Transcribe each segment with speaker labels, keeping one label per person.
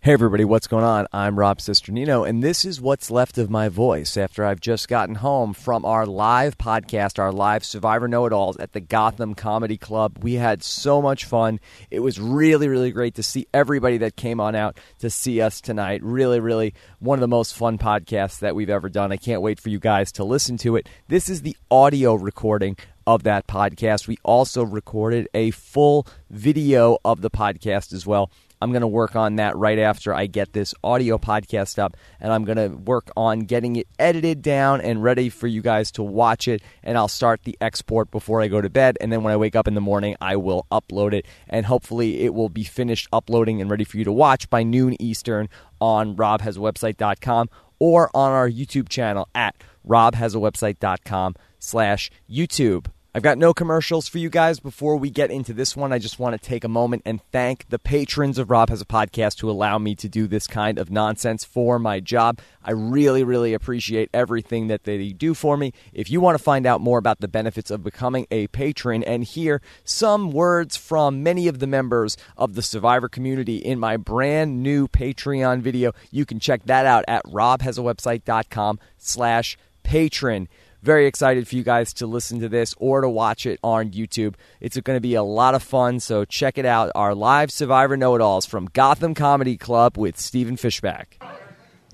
Speaker 1: Hey, everybody, what's going on? I'm Rob Cisternino, and this is what's left of my voice after I've just gotten home from our live podcast, our live Survivor Know It Alls at the Gotham Comedy Club. We had so much fun. It was really, really great to see everybody that came on out to see us tonight. Really, really one of the most fun podcasts that we've ever done. I can't wait for you guys to listen to it. This is the audio recording of that podcast. We also recorded a full video of the podcast as well. I'm going to work on that right after I get this audio podcast up, and I'm going to work on getting it edited down and ready for you guys to watch it. And I'll start the export before I go to bed, and then when I wake up in the morning, I will upload it, and hopefully it will be finished uploading and ready for you to watch by noon Eastern on robhasawebsite.com or on our YouTube channel at robhasawebsite.com slash YouTube. I've got no commercials for you guys. Before we get into this one, I just want to take a moment and thank the patrons of Rob Has a Podcast who allow me to do this kind of nonsense for my job. I really, really appreciate everything that they do for me. If you want to find out more about the benefits of becoming a patron and hear some words from many of the members of the Survivor community in my brand new Patreon video, you can check that out at robhasawebsite.com slash patron very excited for you guys to listen to this or to watch it on YouTube. It's going to be a lot of fun, so check it out. Our live Survivor Know It Alls from Gotham Comedy Club with Stephen Fishback.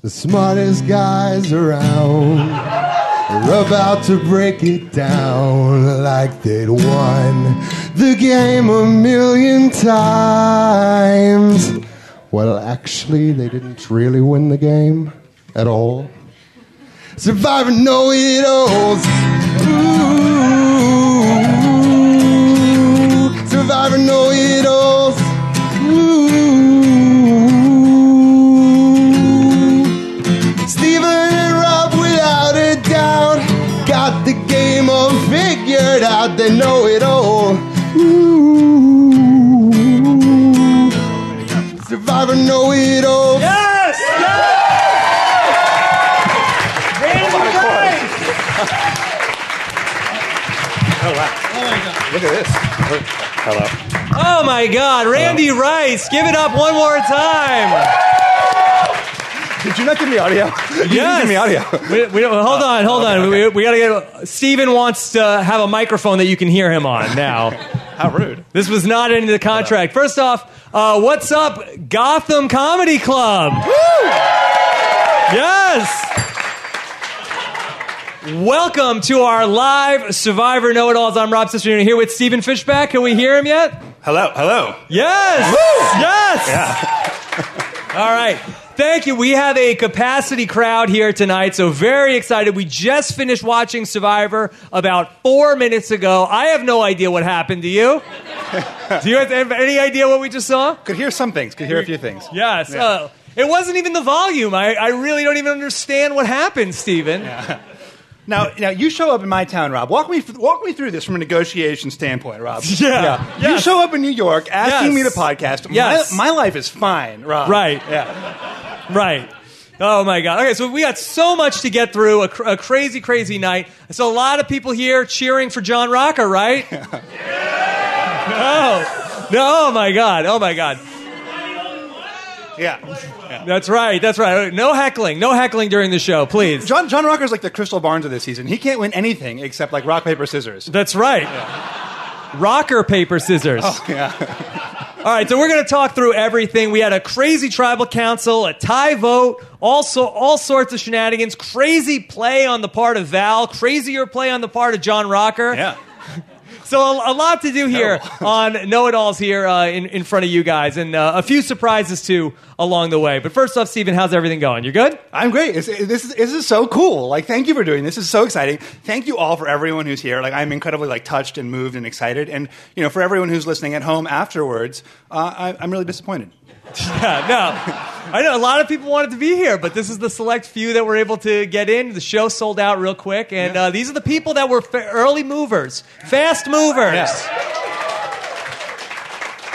Speaker 2: The smartest guys around are about to break it down like they'd won the game a million times. Well, actually, they didn't really win the game at all. Surviving know it alls. Ooh, surviving know it alls. Ooh, Steven and Rob, without a doubt, got the game all figured out. They know it all. Ooh, survivor know it all.
Speaker 3: Yes! Yes!
Speaker 4: Look at this. Hello.
Speaker 3: Oh my God, Randy Rice! Give it up one more time.
Speaker 4: Did you not give me audio?
Speaker 3: Yes.
Speaker 4: give me audio.
Speaker 3: We, we don't, hold on, hold on. We, we gotta get. Steven wants to have a microphone that you can hear him on now.
Speaker 4: How rude.
Speaker 3: this was not in the contract. First off, uh, what's up, Gotham Comedy Club? Yes. Welcome to our live Survivor Know It Alls. I'm Rob Cisterna here with Steven Fishback. Can we hear him yet?
Speaker 4: Hello. Hello.
Speaker 3: Yes! Yes! All right. Thank you. We have a capacity crowd here tonight, so very excited. We just finished watching Survivor about four minutes ago. I have no idea what happened to you. Do you have have any idea what we just saw?
Speaker 4: Could hear some things. Could hear a few things.
Speaker 3: Yes. Uh, it wasn't even the volume. I, I really don't even understand what happened, Steven.
Speaker 4: Now, now you show up in my town, Rob. Walk me, walk me through this from a negotiation standpoint, Rob.
Speaker 3: Yeah.
Speaker 4: You
Speaker 3: Yes.
Speaker 4: show up in New York asking
Speaker 3: Yes.
Speaker 4: me to podcast. My-
Speaker 3: Yes.
Speaker 4: My, life is fine, Rob.
Speaker 3: Right.
Speaker 4: Yeah.
Speaker 3: Right. Oh my God. Okay, so we got so much to get through. A, cr- a crazy, crazy night. So a lot of people here cheering for John Rocker, right? No. No. Oh my God. Oh my God.
Speaker 4: Yeah.
Speaker 3: That's right. That's right. No heckling. No heckling during the show, please.
Speaker 4: John, John Rocker's like the Crystal Barnes of this season. He can't win anything except like rock, paper, scissors.
Speaker 3: That's right. Rocker, paper, scissors. All right, so we're going to talk through everything. We had a crazy tribal council, a tie vote, also all sorts of shenanigans, crazy play on the part of Val, crazier play on the part of John Rocker.
Speaker 4: Yeah.
Speaker 3: So a, a lot to do here on Know It Alls here uh, in, in front of you guys, and uh, a few surprises too along the way. But first off, Steven, how's everything going? You're good?
Speaker 4: I'm great. It's, it- this, is, this is so cool. Like, thank you for doing this. This is so exciting. Thank you all for everyone who's here. Like, I'm incredibly like touched and moved and excited. And you know, for everyone who's listening at home afterwards, uh, I, I'm really disappointed.
Speaker 3: Yeah, no. I know a lot of people wanted to be here, but this is the select few that were able to get in. The show sold out real quick, and uh, these are the people that were fa- early movers, fast movers.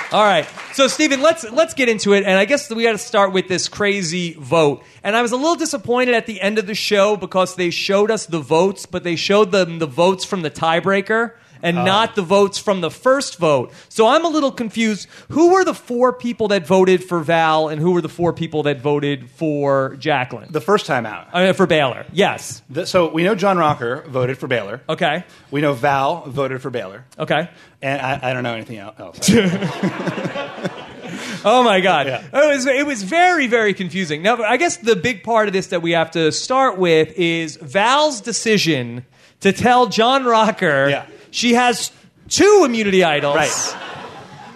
Speaker 3: All right. So, Stephen, let's let's get into it, and I guess we got to start with this crazy vote. And I was a little disappointed at the end of the show because they showed us the votes, but they showed them the votes from the tiebreaker, and not the votes from the first vote. So I'm a little confused. Who were the four people that voted for Val, and who were the four people that voted for Jacqueline?
Speaker 4: The first time out.
Speaker 3: I mean, for Baylor. Yes.
Speaker 4: The- so we know John Rocker voted for Baylor.
Speaker 3: Okay.
Speaker 4: We know Val voted for Baylor.
Speaker 3: Okay.
Speaker 4: And I, I don't know anything el- else.
Speaker 3: Oh my god.
Speaker 4: Yeah.
Speaker 3: It was it was very very confusing. Now, I guess the big part of this that we have to start with is Val's decision to tell John Rocker
Speaker 4: Yeah.
Speaker 3: she has two immunity idols.
Speaker 4: Right.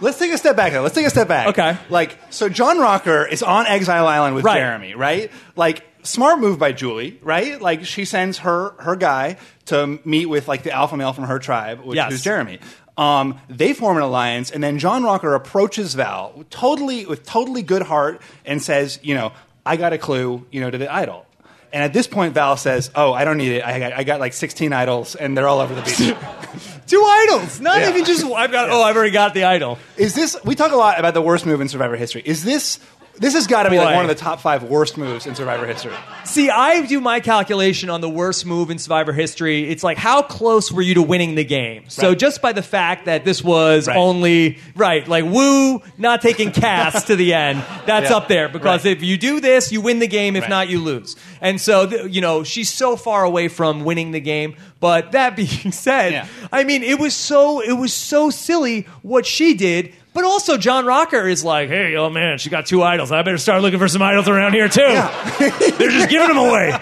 Speaker 4: Let's take a step back though. Let's take a step back.
Speaker 3: Okay.
Speaker 4: Like, so John Rocker is on Exile Island with
Speaker 3: Right.
Speaker 4: Jeremy, right? Like, smart move by Julie, right? Like, she sends her her guy to meet with like the alpha male from her tribe, which
Speaker 3: Yes.
Speaker 4: is Jeremy. Um, they form an alliance, and then John Rocker approaches Val totally with totally good heart and says, you know, I got a clue, you know, to the idol. And at this point, Val says, "Oh, I don't need it. I got, I got like 16 idols, and they're all over the beach."
Speaker 3: Two idols. Not
Speaker 4: Yeah.
Speaker 3: even just I've got oh I've already got the idol.
Speaker 4: Is this? We talk a lot about the worst move in Survivor history. Is this? This has got to be
Speaker 3: Boy.
Speaker 4: like one of the top five worst moves in Survivor history.
Speaker 3: See, I do my calculation on the worst move in Survivor history. It's like how close were you to winning the game? So
Speaker 4: Right.
Speaker 3: just by the fact that this was
Speaker 4: Right.
Speaker 3: only right, like woo, not taking cast to the end. That's
Speaker 4: Yeah.
Speaker 3: up there because
Speaker 4: Right.
Speaker 3: if you do this, you win the game. If
Speaker 4: Right.
Speaker 3: not, you lose. And so th- you know she's so far away from winning the game. But that being said,
Speaker 4: Yeah.
Speaker 3: I mean, it was so it was so silly what she did. But also, John Rocker is like, "Hey, oh man, she got two idols. I better start looking for some idols around here too. They're just giving them away."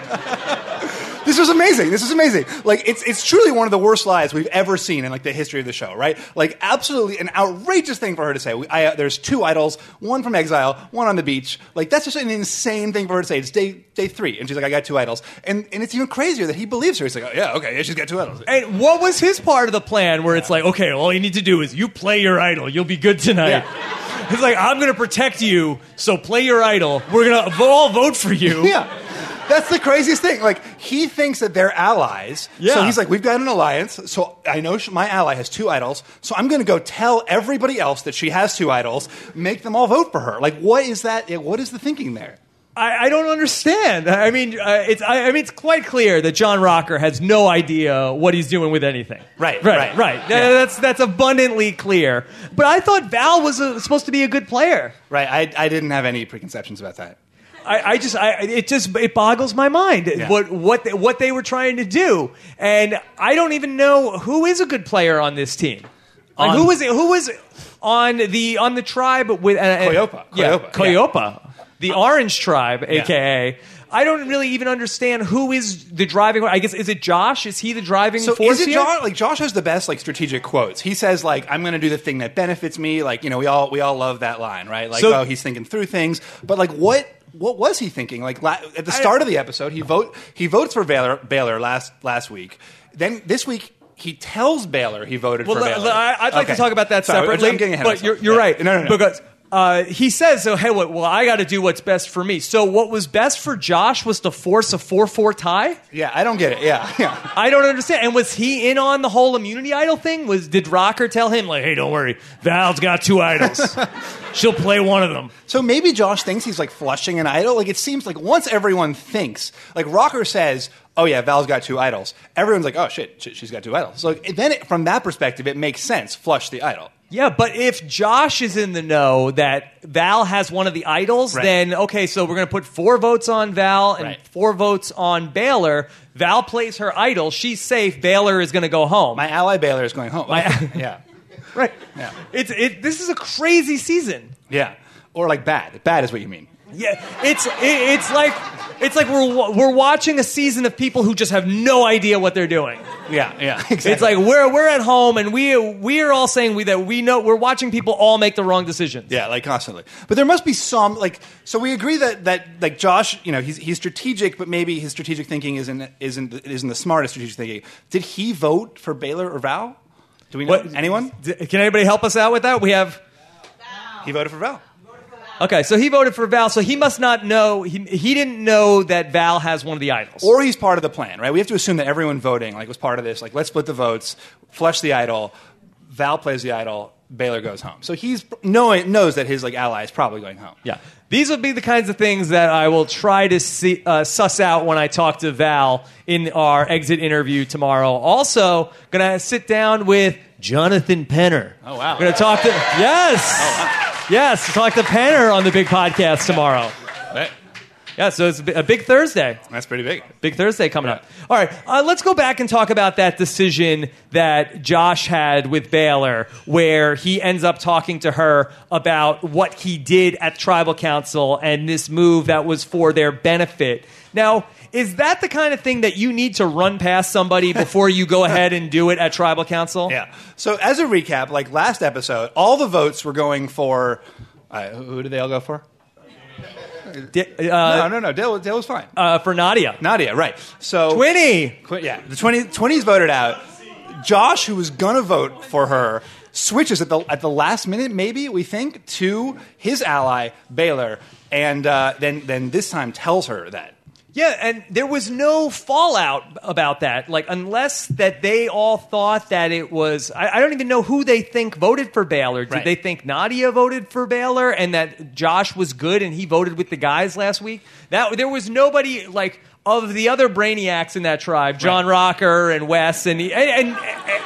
Speaker 4: This was amazing. This is amazing. Like it's it's truly one of the worst lies we've ever seen in like the history of the show. Right? Like absolutely an outrageous thing for her to say. We, I, uh, there's two idols, one from exile, one on the beach. Like that's just an insane thing for her to say. It's day day three, and she's like, I got two idols, and and it's even crazier that he believes her. He's like, oh, Yeah, okay, yeah, she's got two idols.
Speaker 3: And what was his part of the plan where it's like, okay, all you need to do is you play your idol, you'll be good tonight. It's like, I'm going to protect you, so play your idol. We're going to all vote for you.
Speaker 4: Yeah. That's the craziest thing. Like he thinks that they're allies. So
Speaker 3: Yeah.
Speaker 4: he's like, we've got an alliance. So I know sh- my ally has two idols. So I'm going to go tell everybody else that she has two idols. Make them all vote for her. Like, what is that? yeah, What is the thinking there?
Speaker 3: I, I don't understand. I mean, uh, it's, I, I mean, it's quite clear that John Rocker has no idea what he's doing with anything.
Speaker 4: Right,
Speaker 3: right,
Speaker 4: right.
Speaker 3: right.
Speaker 4: Yeah.
Speaker 3: Uh, That's, that's abundantly clear. But I thought Val was uh supposed to be a good player.
Speaker 4: Right. I, I didn't have any preconceptions about that.
Speaker 3: I, I just I, it just it boggles my mind what what they, what they were trying to do, and I don't even know who is a good player on this team. Like
Speaker 4: On-
Speaker 3: who was who was on the on the tribe with uh, uh,
Speaker 4: Coyopa.
Speaker 3: yeah,
Speaker 4: Coyopa,
Speaker 3: Coyopa, the Orange Tribe, aka. I don't really even understand who is the driving. I guess is it Josh? Is he the driving
Speaker 4: So
Speaker 3: force
Speaker 4: is it
Speaker 3: here?
Speaker 4: Josh? Like Josh has the best like strategic quotes. He says like I'm going to do the thing that benefits me. Like you know we all we all love that line, right? Like
Speaker 3: So-
Speaker 4: oh he's thinking through things. But like what what was he thinking? Like la- at the start of the episode he vote he votes for Baylor Baylor last last week. Then this week he tells Baylor he voted
Speaker 3: Well,
Speaker 4: for
Speaker 3: l-
Speaker 4: Baylor.
Speaker 3: l- I, would like
Speaker 4: Okay.
Speaker 3: to talk about that
Speaker 4: Sorry,
Speaker 3: separately.
Speaker 4: I'm getting ahead
Speaker 3: but
Speaker 4: of
Speaker 3: you're,
Speaker 4: myself.
Speaker 3: you're
Speaker 4: Yeah.
Speaker 3: right.
Speaker 4: No, no, no.
Speaker 3: Because uh, he says, "So hey, what, well, I got to do what's best for me." So what was best for Josh was to force a four-four tie.
Speaker 4: yeah, I don't get it. Yeah, yeah.
Speaker 3: I don't understand. And was he in on the whole immunity idol thing? Was did Rocker tell him like, "Hey, don't worry, Val's got two idols. She'll play one of them."
Speaker 4: So maybe Josh thinks he's like flushing an idol. Like it seems like once everyone thinks, like Rocker says, "Oh yeah, Val's got two idols." Everyone's like, "Oh shit, shit she's got two idols." So then, it, from that perspective, it makes sense. Flush the idol.
Speaker 3: Yeah, but if Josh is in the know that Val has one of the idols,
Speaker 4: Right.
Speaker 3: then okay, so we're going to put four votes on Val and
Speaker 4: Right.
Speaker 3: four votes on Baylor. Val plays her idol. She's safe. Baylor is going to go home.
Speaker 4: My ally Baylor is going home.
Speaker 3: My-
Speaker 4: yeah,
Speaker 3: right.
Speaker 4: Yeah.
Speaker 3: It's, it, this is a crazy season.
Speaker 4: yeah. Or like bad. Bad is what you mean.
Speaker 3: Yeah, it's it, it's like it's like we're wa- we're watching a season of people who just have no idea what they're doing.
Speaker 4: Yeah, yeah. Exactly.
Speaker 3: It's like we're we're at home and we we're all saying we that we know we're watching people all make the wrong decisions.
Speaker 4: Yeah, like constantly. But there must be some like. So we agree that that like Josh, you know, he's he's strategic, but maybe his strategic thinking isn't isn't isn't the smartest strategic thinking. Did he vote for Baylor or Val? Do we know
Speaker 3: What-
Speaker 4: anyone?
Speaker 3: D- Can anybody help us out with that? We have
Speaker 4: He voted for Val.
Speaker 3: Okay, so he voted for Val, so he must not know. He, he didn't know that Val has one of the idols.
Speaker 4: Or he's part of the plan, right? We have to assume that everyone voting like was part of this. Like, let's split the votes, flush the idol. Val plays the idol. Baylor goes home. So he's knowing knows that his like ally is probably going home.
Speaker 3: yeah. These would be the kinds of things that I will try to see, uh, suss out when I talk to Val in our exit interview tomorrow. Also, gonna sit down with Jonathan Penner.
Speaker 5: Oh, wow. Oh,
Speaker 3: Gonna talk to yes, yes, talk to Penner on the big podcast tomorrow.
Speaker 5: Right.
Speaker 3: Yeah, so it's a bi- a big Thursday.
Speaker 4: That's pretty big.
Speaker 3: Big Thursday coming up. All right, uh, let's go back and talk about that decision that Josh had with Baylor, where he ends up talking to her about what he did at Tribal Council and this move that was for their benefit. Now, is that the kind of thing that you need to run past somebody before you go ahead and do it at Tribal Council?
Speaker 4: Yeah. So as a recap, like last episode, all the votes were going for. Uh, who did they all go for?
Speaker 3: Di- uh,
Speaker 4: no, no, no. Dale, Dale was fine.
Speaker 3: uh, for Nadia.
Speaker 4: Nadia, right? So
Speaker 3: Winnie!
Speaker 4: Qu- yeah, the 20, 20s voted out. Josh, who was gonna vote for her, switches at the at the last minute, maybe we think, to his ally Baylor, and uh, then then this time tells her that.
Speaker 3: Yeah, and there was no fallout about that. Like, unless that they all thought that it was. I, I don't even know who they think voted for Baylor. Did
Speaker 4: Right.
Speaker 3: they think Nadia voted for Baylor and that Josh was good and he voted with the guys last week? That there was nobody like of the other brainiacs in that tribe, John Rocker and Wes, and and. and, and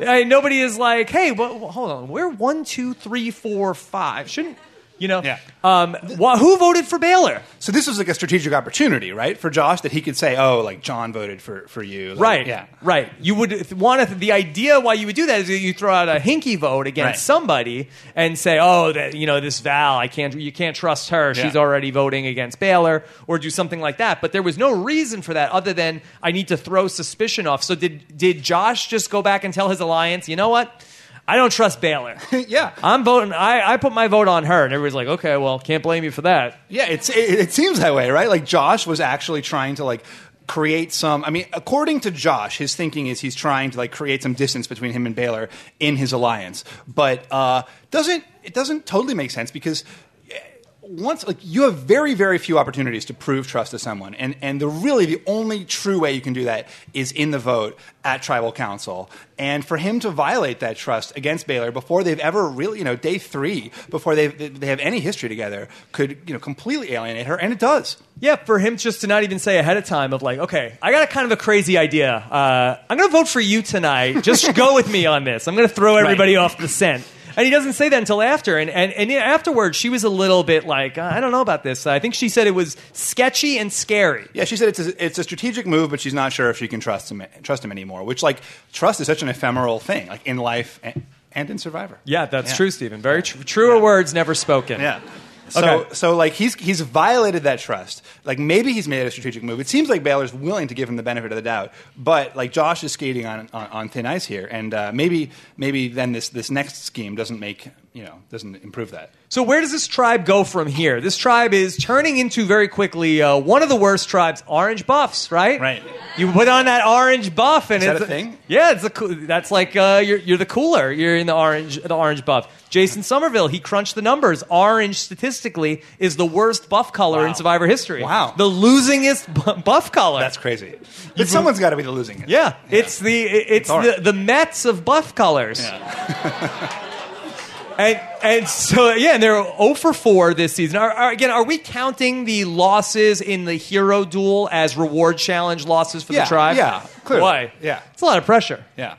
Speaker 3: and nobody is like, hey, well, hold on, we're one, two, three, four, five. Shouldn't you know?
Speaker 4: Yeah.
Speaker 3: Um, wha- who voted for Baylor?
Speaker 4: So this was like a strategic opportunity, right, for Josh that he could say, "Oh, like John voted for for you." Like,
Speaker 3: Right.
Speaker 4: Yeah.
Speaker 3: Right. You would want to. The idea why you would do that is that you throw out a hinky vote against
Speaker 4: Right.
Speaker 3: somebody and say, "Oh, that you know this Val, I can't. You can't trust her. She's
Speaker 4: Yeah.
Speaker 3: already voting against Baylor," or do something like that. But there was no reason for that other than I need to throw suspicion off. So did did Josh just go back and tell his alliance, "You know what? I don't trust Baylor.
Speaker 4: Yeah.
Speaker 3: I'm voting. I I put my vote on her." And everybody's like, "Okay, well, can't blame you for that."
Speaker 4: Yeah, it's, it, it seems that way, right? Like Josh was actually trying to like create some. I mean, according to Josh, his thinking is he's trying to like create some distance between him and Baylor in his alliance, but uh, doesn't it doesn't totally make sense because once like you have very very few opportunities to prove trust to someone and and the really the only true way you can do that is in the vote at tribal council and for him to violate that trust against Baylor before they've ever really you know day 3 before they they have any history together could you know completely alienate her and it does
Speaker 3: Yeah, for him just to not even say ahead of time of like, okay, I got a kind of a crazy idea. Uh, I'm going to vote for you tonight. Just go with me on this. I'm going to throw everybody off the scent. And he doesn't say that until after. And, and, and afterwards, she was a little bit like, "Uh, I don't know about this. I think she said it was sketchy and scary.
Speaker 4: Yeah, she said it's a, it's a strategic move, but she's not sure if she can trust him trust him anymore. Which like trust is such an ephemeral thing, like in life and, and in Survivor.
Speaker 3: Yeah, that's
Speaker 4: Yeah.
Speaker 3: true, Stephen. Very tr- truer words never spoken.
Speaker 4: Yeah. So
Speaker 3: Okay.
Speaker 4: so like he's he's violated that trust. Like maybe he's made a strategic move. It seems like Baylor's willing to give him the benefit of the doubt, but like Josh is skating on on, on thin ice here, and uh, maybe maybe then this this next scheme doesn't make you know doesn't improve that.
Speaker 3: So where does this tribe go from here? This tribe is turning into very quickly uh, one of the worst tribes, orange buffs, right?
Speaker 4: Right.
Speaker 3: You put on that orange buff, and
Speaker 4: Is that
Speaker 3: it's
Speaker 4: a thing?
Speaker 3: Yeah, it's a coo- that's like uh, you're you're the cooler. You're in the orange the orange buff. Jason Somerville, he crunched the numbers. Orange statistically is the worst buff color
Speaker 4: Wow.
Speaker 3: in Survivor history.
Speaker 4: Wow.
Speaker 3: the losingest bu- buff color.
Speaker 4: That's crazy. But someone's got to be the losing. end.
Speaker 3: yeah, it's the it- it's
Speaker 4: It's orange.
Speaker 3: the, the Mets of buff colors. And and so yeah, and they're 0 for 4 this season. Are, are, again, are we counting the losses in the hero duel as reward challenge losses for
Speaker 4: Yeah,
Speaker 3: the tribe?
Speaker 4: yeah, clearly.
Speaker 3: Why?
Speaker 4: Yeah.
Speaker 3: it's a lot of pressure.
Speaker 4: yeah.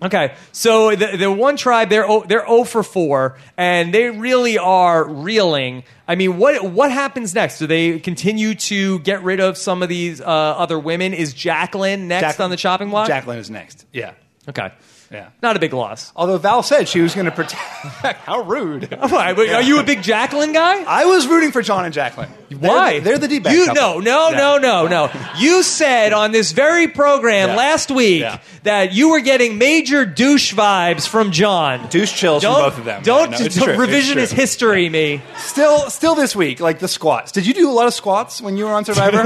Speaker 3: Okay, so the, the one tribe they're o- they're 0 for 4, and they really are reeling. I mean, what what happens next? Do they continue to get rid of some of these uh, other women? Is Jacqueline next
Speaker 4: Jacqueline-
Speaker 3: on the chopping block?
Speaker 4: Jacqueline is next. Yeah.
Speaker 3: Okay,
Speaker 4: Yeah.
Speaker 3: not a big loss.
Speaker 4: Although Val said she was going to protect. How rude.
Speaker 3: Why? Are you a big Jacqueline guy?
Speaker 4: I was rooting for John and Jacqueline.
Speaker 3: Why?
Speaker 4: They're, the- they're the D-back
Speaker 3: You
Speaker 4: couple.
Speaker 3: no, no,
Speaker 4: Yeah.
Speaker 3: no, no, no. You said on this very program
Speaker 4: Yeah.
Speaker 3: last week
Speaker 4: Yeah.
Speaker 3: that you were getting major douche vibes from John.
Speaker 4: Douche chills from both of them.
Speaker 3: Don't,
Speaker 4: Yeah, no, it's
Speaker 3: don't
Speaker 4: true. It's
Speaker 3: revisionist
Speaker 4: true.
Speaker 3: history me.
Speaker 4: Still, still this week, like the squats. Did you do a lot of squats when you were on Survivor?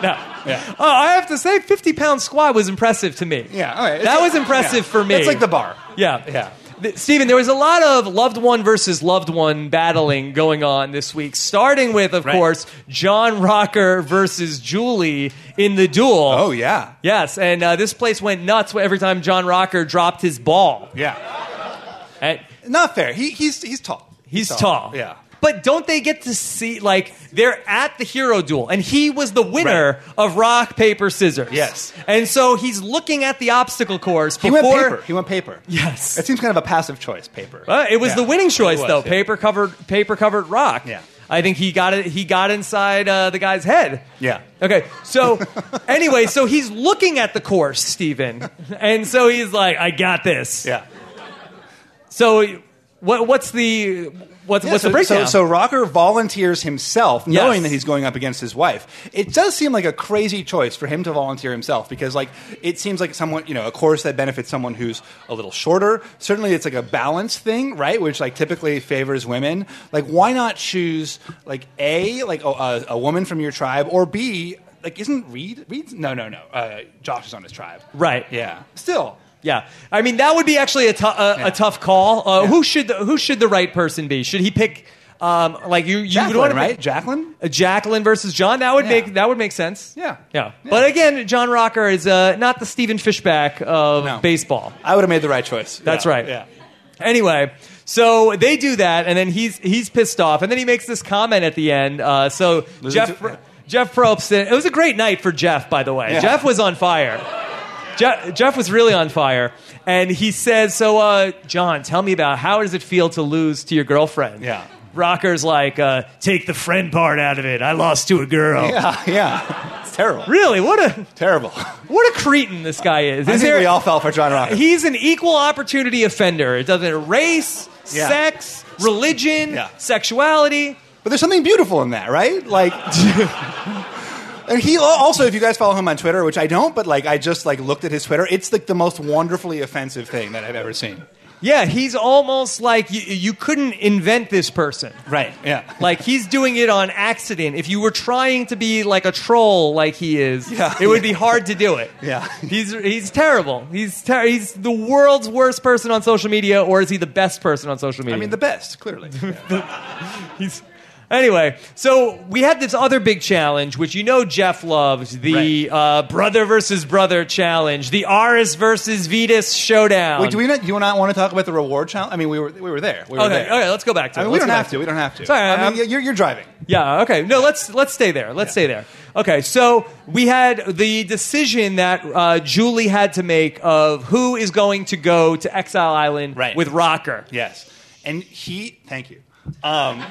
Speaker 3: No. Oh, I have to say, 50 pound squat was impressive to me.
Speaker 4: yeah, all right.
Speaker 3: That
Speaker 4: It's-
Speaker 3: was impressive
Speaker 4: yeah.
Speaker 3: for me.
Speaker 4: It's like the bar.
Speaker 3: Yeah.
Speaker 4: Yeah.
Speaker 3: Th- Steven, there was a lot of loved one versus loved one battling going on this week, starting with, of
Speaker 4: Right.
Speaker 3: course, John Rocker versus Julie in the duel.
Speaker 4: Oh yeah,
Speaker 3: Yes, and uh, this place went nuts every time John Rocker dropped his ball.
Speaker 4: yeah.
Speaker 3: And
Speaker 4: Not fair. He, he's he's tall.
Speaker 3: he's tall.
Speaker 4: Yeah.
Speaker 3: But don't they get to see like they're at the hero duel, and he was the winner of rock paper scissors.
Speaker 4: Yes.
Speaker 3: and so he's looking at the obstacle course
Speaker 4: He
Speaker 3: before.
Speaker 4: went paper. He went paper.
Speaker 3: Yes.
Speaker 4: It seems kind of a passive choice, paper.
Speaker 3: Uh, it was
Speaker 4: Yeah.
Speaker 3: the winning choice
Speaker 4: It was,
Speaker 3: though.
Speaker 4: yeah.
Speaker 3: Paper covered paper covered rock.
Speaker 4: Yeah.
Speaker 3: I think he got it. He got inside uh, the guy's head.
Speaker 4: Yeah.
Speaker 3: Okay. So anyway, so he's looking at the course, Stephen, and so he's like, "I got this."
Speaker 4: Yeah.
Speaker 3: So what, what's the what's
Speaker 4: Yeah,
Speaker 3: what's
Speaker 4: so,
Speaker 3: the breakdown?
Speaker 4: So, so Rocker volunteers himself,
Speaker 3: Yes.
Speaker 4: knowing that he's going up against his wife. It does seem like a crazy choice for him to volunteer himself because, like, it seems like someone, you know, a course that benefits someone who's a little shorter. Certainly, it's like a balance thing, right? Which like typically favors women. Like, why not choose like a like a, a, a woman from your tribe or b like isn't Reed Reed's no no no uh, Josh is on his tribe
Speaker 3: Right.
Speaker 4: yeah still
Speaker 3: yeah. I mean, that would be actually a, tou- a,
Speaker 4: Yeah.
Speaker 3: a tough call. Uh,
Speaker 4: Yeah.
Speaker 3: Who should the, who should the right person be? Should he pick um, like you? You
Speaker 4: Jacqueline
Speaker 3: would want to
Speaker 4: right Jacqueline
Speaker 3: Uh, Jacqueline versus John. That would
Speaker 4: Yeah.
Speaker 3: make that would make sense.
Speaker 4: Yeah.
Speaker 3: yeah.
Speaker 4: Yeah.
Speaker 3: But again, John Rocker is uh, not the Stephen Fishback of
Speaker 4: No.
Speaker 3: baseball.
Speaker 4: I would have made the right choice
Speaker 3: That's
Speaker 4: Yeah.
Speaker 3: right.
Speaker 4: yeah.
Speaker 3: Anyway, so they do that, and then he's he's pissed off, and then he makes this comment at the end. Uh, so
Speaker 4: Losing
Speaker 3: Jeff
Speaker 4: to- yeah.
Speaker 3: Jeff Probst. It was a great night for Jeff, by the way.
Speaker 4: Yeah.
Speaker 3: Jeff was on fire. Jeff, Jeff was really on fire, and he says, "So, uh, John, tell me about how does it feel to lose to your girlfriend?"
Speaker 4: Yeah.
Speaker 3: Rocker's like, uh, "Take the friend part out of it. I lost to a girl."
Speaker 4: Yeah, yeah. It's terrible.
Speaker 3: Really, what a
Speaker 4: Terrible.
Speaker 3: what a cretin this guy is.
Speaker 4: I
Speaker 3: Is
Speaker 4: think
Speaker 3: there-
Speaker 4: we all fell for John Rocker.
Speaker 3: He's an equal opportunity offender. It doesn't race,
Speaker 4: Yeah.
Speaker 3: sex, religion,
Speaker 4: Yeah.
Speaker 3: sexuality.
Speaker 4: but there's something beautiful in that, right? Like. And he al- also, if you guys follow him on Twitter, which I don't, but like I just like looked at his Twitter, it's like the most wonderfully offensive thing that I've ever seen.
Speaker 3: Yeah, he's almost like you, you couldn't invent this person.
Speaker 4: Right? Yeah.
Speaker 3: Like he's doing it on accident. If you were trying to be like a troll, like he is,
Speaker 4: Yeah.
Speaker 3: it would be hard to do it.
Speaker 4: Yeah.
Speaker 3: he's he's terrible. He's ter- he's the world's worst person on social media, or is he the best person on social media?
Speaker 4: I mean, the best, clearly.
Speaker 3: He's anyway. So we had this other big challenge, which you know Jeff loved the uh, brother versus brother challenge, the Aris versus Vetus showdown.
Speaker 4: Wait, do we not? Do you not want to talk about the reward challenge? I mean, we were we were there. We were
Speaker 3: Okay,
Speaker 4: there.
Speaker 3: okay, let's go back to
Speaker 4: I
Speaker 3: it.
Speaker 4: mean, we
Speaker 3: Let's
Speaker 4: don't
Speaker 3: go
Speaker 4: have
Speaker 3: back
Speaker 4: to. We don't have to.
Speaker 3: Sorry,
Speaker 4: I
Speaker 3: I'm-
Speaker 4: mean, yeah, you're, you're driving.
Speaker 3: Yeah. Okay. No. Let's let's stay there. Let's stay there. Okay. So we had the decision that uh, Julie had to make of who is going to go to Exile Island
Speaker 4: Right.
Speaker 3: with Rocker.
Speaker 4: Yes. And he, thank you. Um,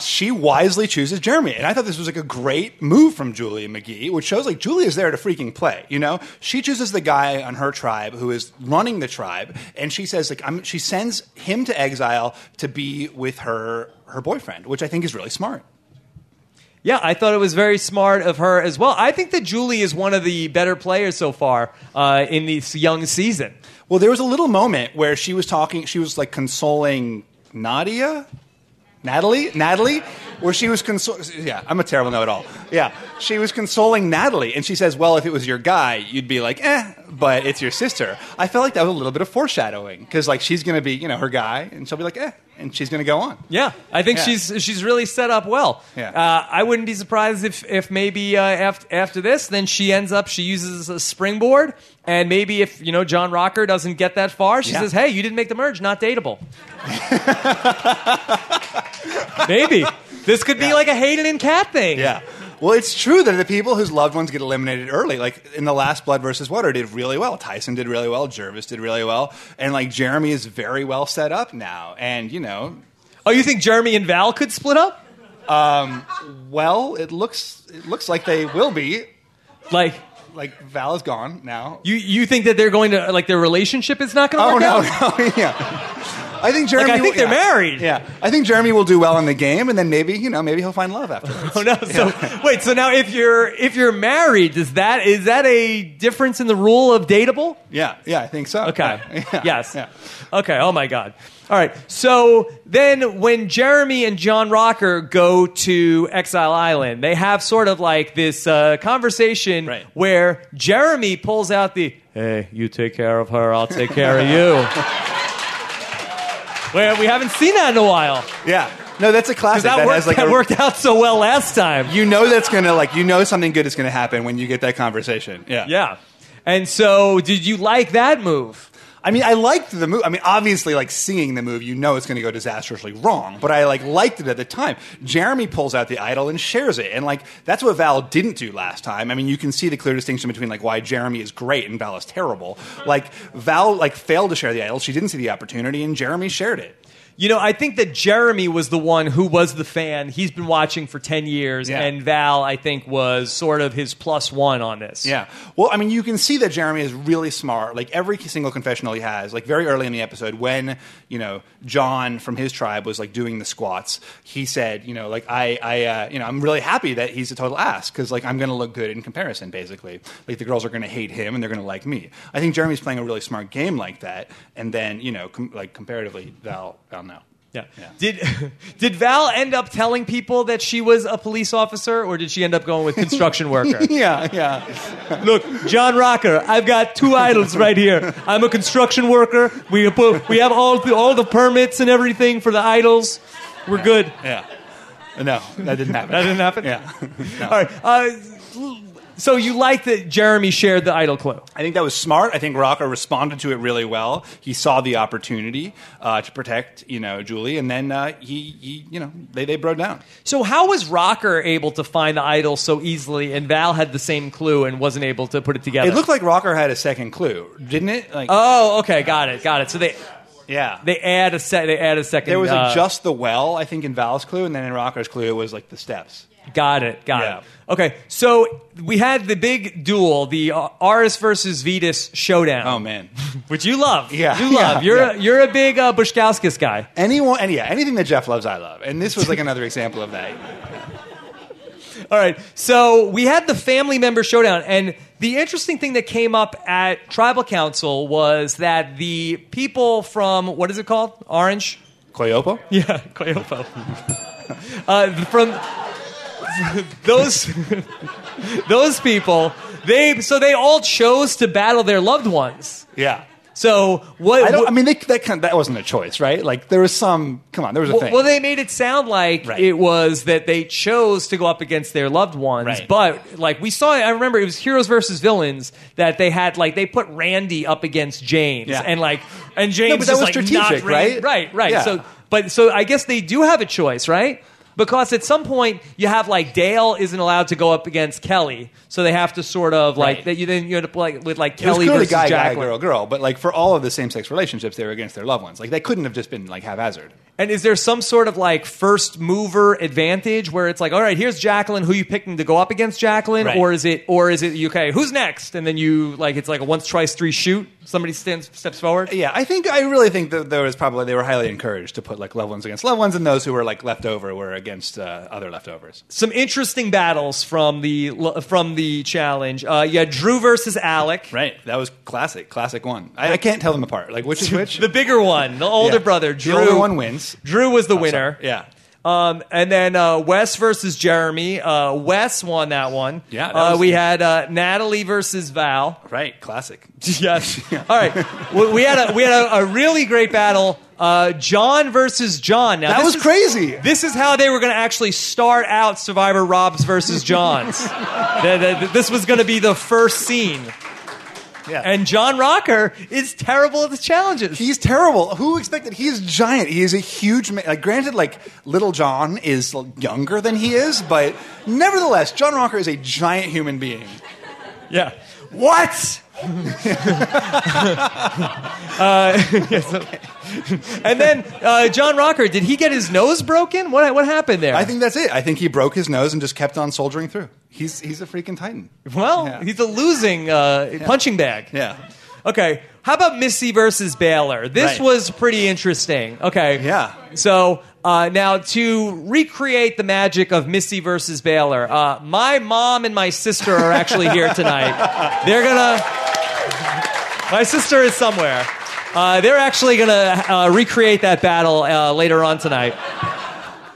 Speaker 4: she wisely chooses Jeremy. And I thought this was like a great move from Julia McGee, which shows like Julia's there to freaking play, you know? She chooses the guy on her tribe who is running the tribe. And she says, like, I'm, she sends him to exile to be with her, her boyfriend, which I think is really smart.
Speaker 3: Yeah, I thought it was very smart of her as well. I think that Julie is one of the better players so far uh, in this young season.
Speaker 4: Well, there was a little moment where she was talking, she was like consoling Nadia? Natalie? Natalie? Where she was consoling, yeah, I'm a terrible know it all. Yeah, she was consoling Natalie, and she says, Well, if it was your guy, you'd be like, eh, but it's your sister. I felt like that was a little bit of foreshadowing, because like she's gonna be, you know, her guy, and she'll be like, eh, and she's gonna go on.
Speaker 3: Yeah, I think
Speaker 4: Yeah.
Speaker 3: she's she's really set up well.
Speaker 4: Yeah.
Speaker 3: Uh, I wouldn't be surprised if if maybe uh, after after this, then she ends up she uses a springboard, and maybe if you know John Rocker doesn't get that far, she
Speaker 4: Yeah.
Speaker 3: says, "Hey, you didn't make the merge, not dateable." maybe this could be like a Hayden and Cat thing.
Speaker 4: Yeah. Well, it's true that the people whose loved ones get eliminated early, like in the last Blood versus Water, did really well. Tyson did really well. Jervis did really well. And like Jeremy is very well set up now. And, you know,
Speaker 3: Oh, you think Jeremy and Val could split up?
Speaker 4: well, it looks it looks like they will be.
Speaker 3: Like
Speaker 4: Like Val is gone now.
Speaker 3: you you think that they're going to like their relationship is not going to
Speaker 4: oh
Speaker 3: work
Speaker 4: no,
Speaker 3: out?
Speaker 4: no, yeah. I think Jeremy.
Speaker 3: Like, I think
Speaker 4: will-
Speaker 3: they're
Speaker 4: yeah.
Speaker 3: married.
Speaker 4: Yeah, I think Jeremy will do well in the game, and then maybe you know maybe he'll find love afterwards.
Speaker 3: Oh no! So wait. So now, if you're if you're married, does that is that a difference in the rule of dateable?
Speaker 4: yeah, yeah, I think so.
Speaker 3: Okay.
Speaker 4: Yeah.
Speaker 3: Yes.
Speaker 4: Yeah.
Speaker 3: Okay. Oh my God. All right. So then, when Jeremy and John Rocker go to Exile Island, they have sort of like this uh, conversation
Speaker 4: Right.
Speaker 3: where Jeremy pulls out the "Hey, you take care of her. I'll take care of you." Where we haven't seen that in a while.
Speaker 4: Yeah. No, that's a classic.
Speaker 3: That, worked,
Speaker 4: has like
Speaker 3: that
Speaker 4: a,
Speaker 3: worked out so well last time.
Speaker 4: you know that's gonna like you know something good is gonna happen when you get that conversation. Yeah.
Speaker 3: Yeah. And so, did you like that move?
Speaker 4: I mean, I liked the movie. I mean, obviously, like seeing the movie, you know it's going to go disastrously wrong. But I like liked it at the time. Jeremy pulls out the idol and shares it, and like that's what Val didn't do last time. I mean, you can see the clear distinction between like why Jeremy is great and Val is terrible. Like Val like failed to share the idol. She didn't see the opportunity, and Jeremy shared it.
Speaker 3: You know, I think that Jeremy was the one who was the fan. He's been watching for 10 years,
Speaker 4: Yeah.
Speaker 3: and Val, I think, was sort of his plus one on this.
Speaker 4: Yeah. Well, I mean, you can see that Jeremy is really smart. Like every single confessional he has, like very early in the episode, when you know John from his tribe was like doing the squats, he said, you know, like I, I, uh, you know, I'm really happy that he's a total ass because like I'm going to look good in comparison, basically. Like the girls are going to hate him and they're going to like me. I think Jeremy's playing a really smart game like that, and then you know, com- like comparatively, Val, Val, no.
Speaker 3: Yeah.
Speaker 4: Yeah.
Speaker 3: Did did Val end up telling people that she was a police officer, or did she end up going with construction worker?
Speaker 4: Yeah, yeah.
Speaker 3: Look, John Rocker, I've got two idols right here. I'm a construction worker. We put, we have all the, all the permits and everything for the idols. We're good.
Speaker 4: Yeah. No, that didn't happen.
Speaker 3: That didn't happen.
Speaker 4: Yeah.
Speaker 3: All right. Uh, so you like that Jeremy shared the idol clue?
Speaker 4: I think that was smart. I think Rocker responded to it really well. He saw the opportunity uh, to protect, you know, Julie, and then uh, he, he, you know, they they broke down.
Speaker 3: So how was Rocker able to find the idol so easily, and Val had the same clue and wasn't able to put it together?
Speaker 4: It looked like Rocker had a second clue, didn't it? Like,
Speaker 3: Oh, okay, got it, got it. So they
Speaker 4: yeah,
Speaker 3: they add a set, they add a second.
Speaker 4: there was like
Speaker 3: uh,
Speaker 4: just the well, I think, in Val's clue, and then in Rocker's clue, it was like the steps.
Speaker 3: Got it. Got
Speaker 4: Yeah.
Speaker 3: it. Okay, so we had the big duel, the uh, Aris versus Vetus showdown.
Speaker 4: Oh man,
Speaker 3: which you love.
Speaker 4: Yeah,
Speaker 3: you love.
Speaker 4: yeah,
Speaker 3: you're
Speaker 4: yeah.
Speaker 3: A, you're a big uh, Bushkauskas guy.
Speaker 4: anyone, any, yeah, anything that Jeff loves, I love, and this was like another example of that.
Speaker 3: All right, so we had the family member showdown, and the interesting thing that came up at tribal council was that the people from what is it called, Orange?
Speaker 4: Coyopo?
Speaker 3: Yeah, Coyopo. uh, from those those people, they so they all chose to battle their loved ones.
Speaker 4: Yeah.
Speaker 3: So what?
Speaker 4: I don't.
Speaker 3: what-
Speaker 4: I mean, they, that kind of, that wasn't a choice, right? Like there was some. Come on, there was a
Speaker 3: well,
Speaker 4: thing.
Speaker 3: well, they made it sound like
Speaker 4: Right.
Speaker 3: it was that they chose to go up against their loved ones,
Speaker 4: Right.
Speaker 3: but like we saw, I remember it was heroes versus villains that they had like they put Randy up against James,
Speaker 4: Yeah.
Speaker 3: and like and James
Speaker 4: that
Speaker 3: just,
Speaker 4: was
Speaker 3: like,
Speaker 4: strategic,
Speaker 3: knocked Randy-
Speaker 4: right?
Speaker 3: Right, right.
Speaker 4: Yeah.
Speaker 3: So, but so I guess they do have a choice, right? Because at some point you have like Dale isn't allowed to go up against Kelly, so they have to sort of like
Speaker 4: Right.
Speaker 3: that. You then you end up like with like
Speaker 4: It was
Speaker 3: Kelly
Speaker 4: clearly
Speaker 3: versus
Speaker 4: guy, guy,
Speaker 3: Jacqueline.
Speaker 4: girl, girl, but like for all of the same sex relationships, they were against their loved ones. Like they couldn't have just been like haphazard.
Speaker 3: And is there some sort of like first mover advantage where it's like, all right, here's Jacqueline, who you picking to go up against Jacqueline,
Speaker 4: Right.
Speaker 3: or is it, or is it okay, who's next? And then you like, it's like a once, twice, three shoot. Somebody stands, steps forward.
Speaker 4: Yeah, I think I really think that there was probably they were highly encouraged to put like loved ones against loved ones, and those who were like left over were against uh, other leftovers.
Speaker 3: Some interesting battles from the from the challenge. Uh, yeah, Drew versus Alec.
Speaker 4: Right, that was classic, classic one. I, I can't tell them apart. Like which is which.
Speaker 3: The bigger one, the older
Speaker 4: Yeah.
Speaker 3: brother.
Speaker 4: The
Speaker 3: Drew,
Speaker 4: older one wins.
Speaker 3: Drew was the
Speaker 4: Oh, sorry.
Speaker 3: winner.
Speaker 4: Yeah.
Speaker 3: Um, and then uh, Wes versus Jeremy. Uh, Wes won that one.
Speaker 4: Yeah, that
Speaker 3: uh,
Speaker 4: was-
Speaker 3: we had uh, Natalie versus Val.
Speaker 4: Right, classic.
Speaker 3: Yes. All right. We we had a we had a, a really great battle. Uh, John versus John. Now
Speaker 4: That
Speaker 3: this
Speaker 4: was
Speaker 3: is-
Speaker 4: crazy.
Speaker 3: This is how they were going to actually start out Survivor Robs versus Johns. The- the- the- this was going to be the first scene,
Speaker 4: Yeah.
Speaker 3: and John Rocker is terrible at the challenges.
Speaker 4: He's terrible. Who expected? He is giant. He is a huge man. Like, granted, like Little John is younger than he is, but nevertheless, John Rocker is a giant human being.
Speaker 3: yeah. What? Uh, yeah, so- and then uh, John Rocker, did he get his nose broken? What what happened there?
Speaker 4: I think that's it. I think he broke his nose and just kept on soldiering through. He's he's a freaking titan.
Speaker 3: Well,
Speaker 4: Yeah.
Speaker 3: he's a losing uh, punching bag.
Speaker 4: Yeah.
Speaker 3: Okay. How about Missy versus Baylor? This
Speaker 4: Right.
Speaker 3: was pretty interesting. Okay.
Speaker 4: Yeah.
Speaker 3: So uh, now to recreate the magic of Missy versus Baylor, uh, my mom and my sister are actually here tonight. They're gonna. My sister is somewhere. Uh, they're actually gonna uh, recreate that battle uh, later on tonight.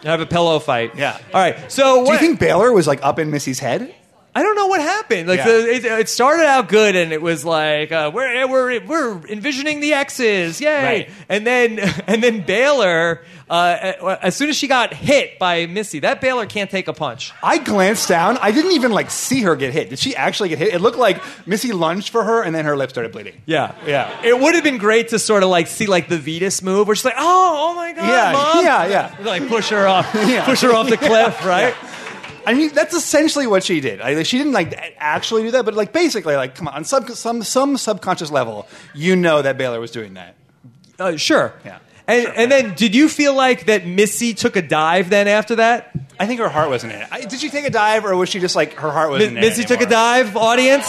Speaker 3: Have a pillow fight.
Speaker 4: Yeah.
Speaker 3: All right. So
Speaker 4: Do
Speaker 3: what,
Speaker 4: you think Baylor was like up in Missy's head?
Speaker 3: I don't know what happened. Like
Speaker 4: Yeah.
Speaker 3: the, it, it started out good, and it was like uh, we're we're we're envisioning the X's, yay!
Speaker 4: Right.
Speaker 3: And then and then Baylor, uh, as soon as she got hit by Missy, that Baylor can't take a punch.
Speaker 4: I glanced down. I didn't even like see her get hit. Did she actually get hit? It looked like Missy lunged for her and then her lips started bleeding.
Speaker 3: Yeah,
Speaker 4: Yeah.
Speaker 3: It would have been great to sort of like see like the Vetus move, where she's like, oh, oh my god,
Speaker 4: Yeah,
Speaker 3: mom,
Speaker 4: yeah, yeah.
Speaker 3: like push her off,
Speaker 4: Yeah.
Speaker 3: push her off the cliff, right?
Speaker 4: I mean, that's essentially what she did. I, she didn't like actually do that, but like basically, like come on, on sub, some some subconscious level, you know that Baylor was doing that.
Speaker 3: Uh, sure.
Speaker 4: Yeah.
Speaker 3: And and then did you feel like that Missy took a dive then after that?
Speaker 4: I think her heart was in it. I, did she take a dive, or was she just like her heart was in
Speaker 3: Mi-
Speaker 4: it?
Speaker 3: Missy took a
Speaker 4: anymore?
Speaker 3: dive, audience.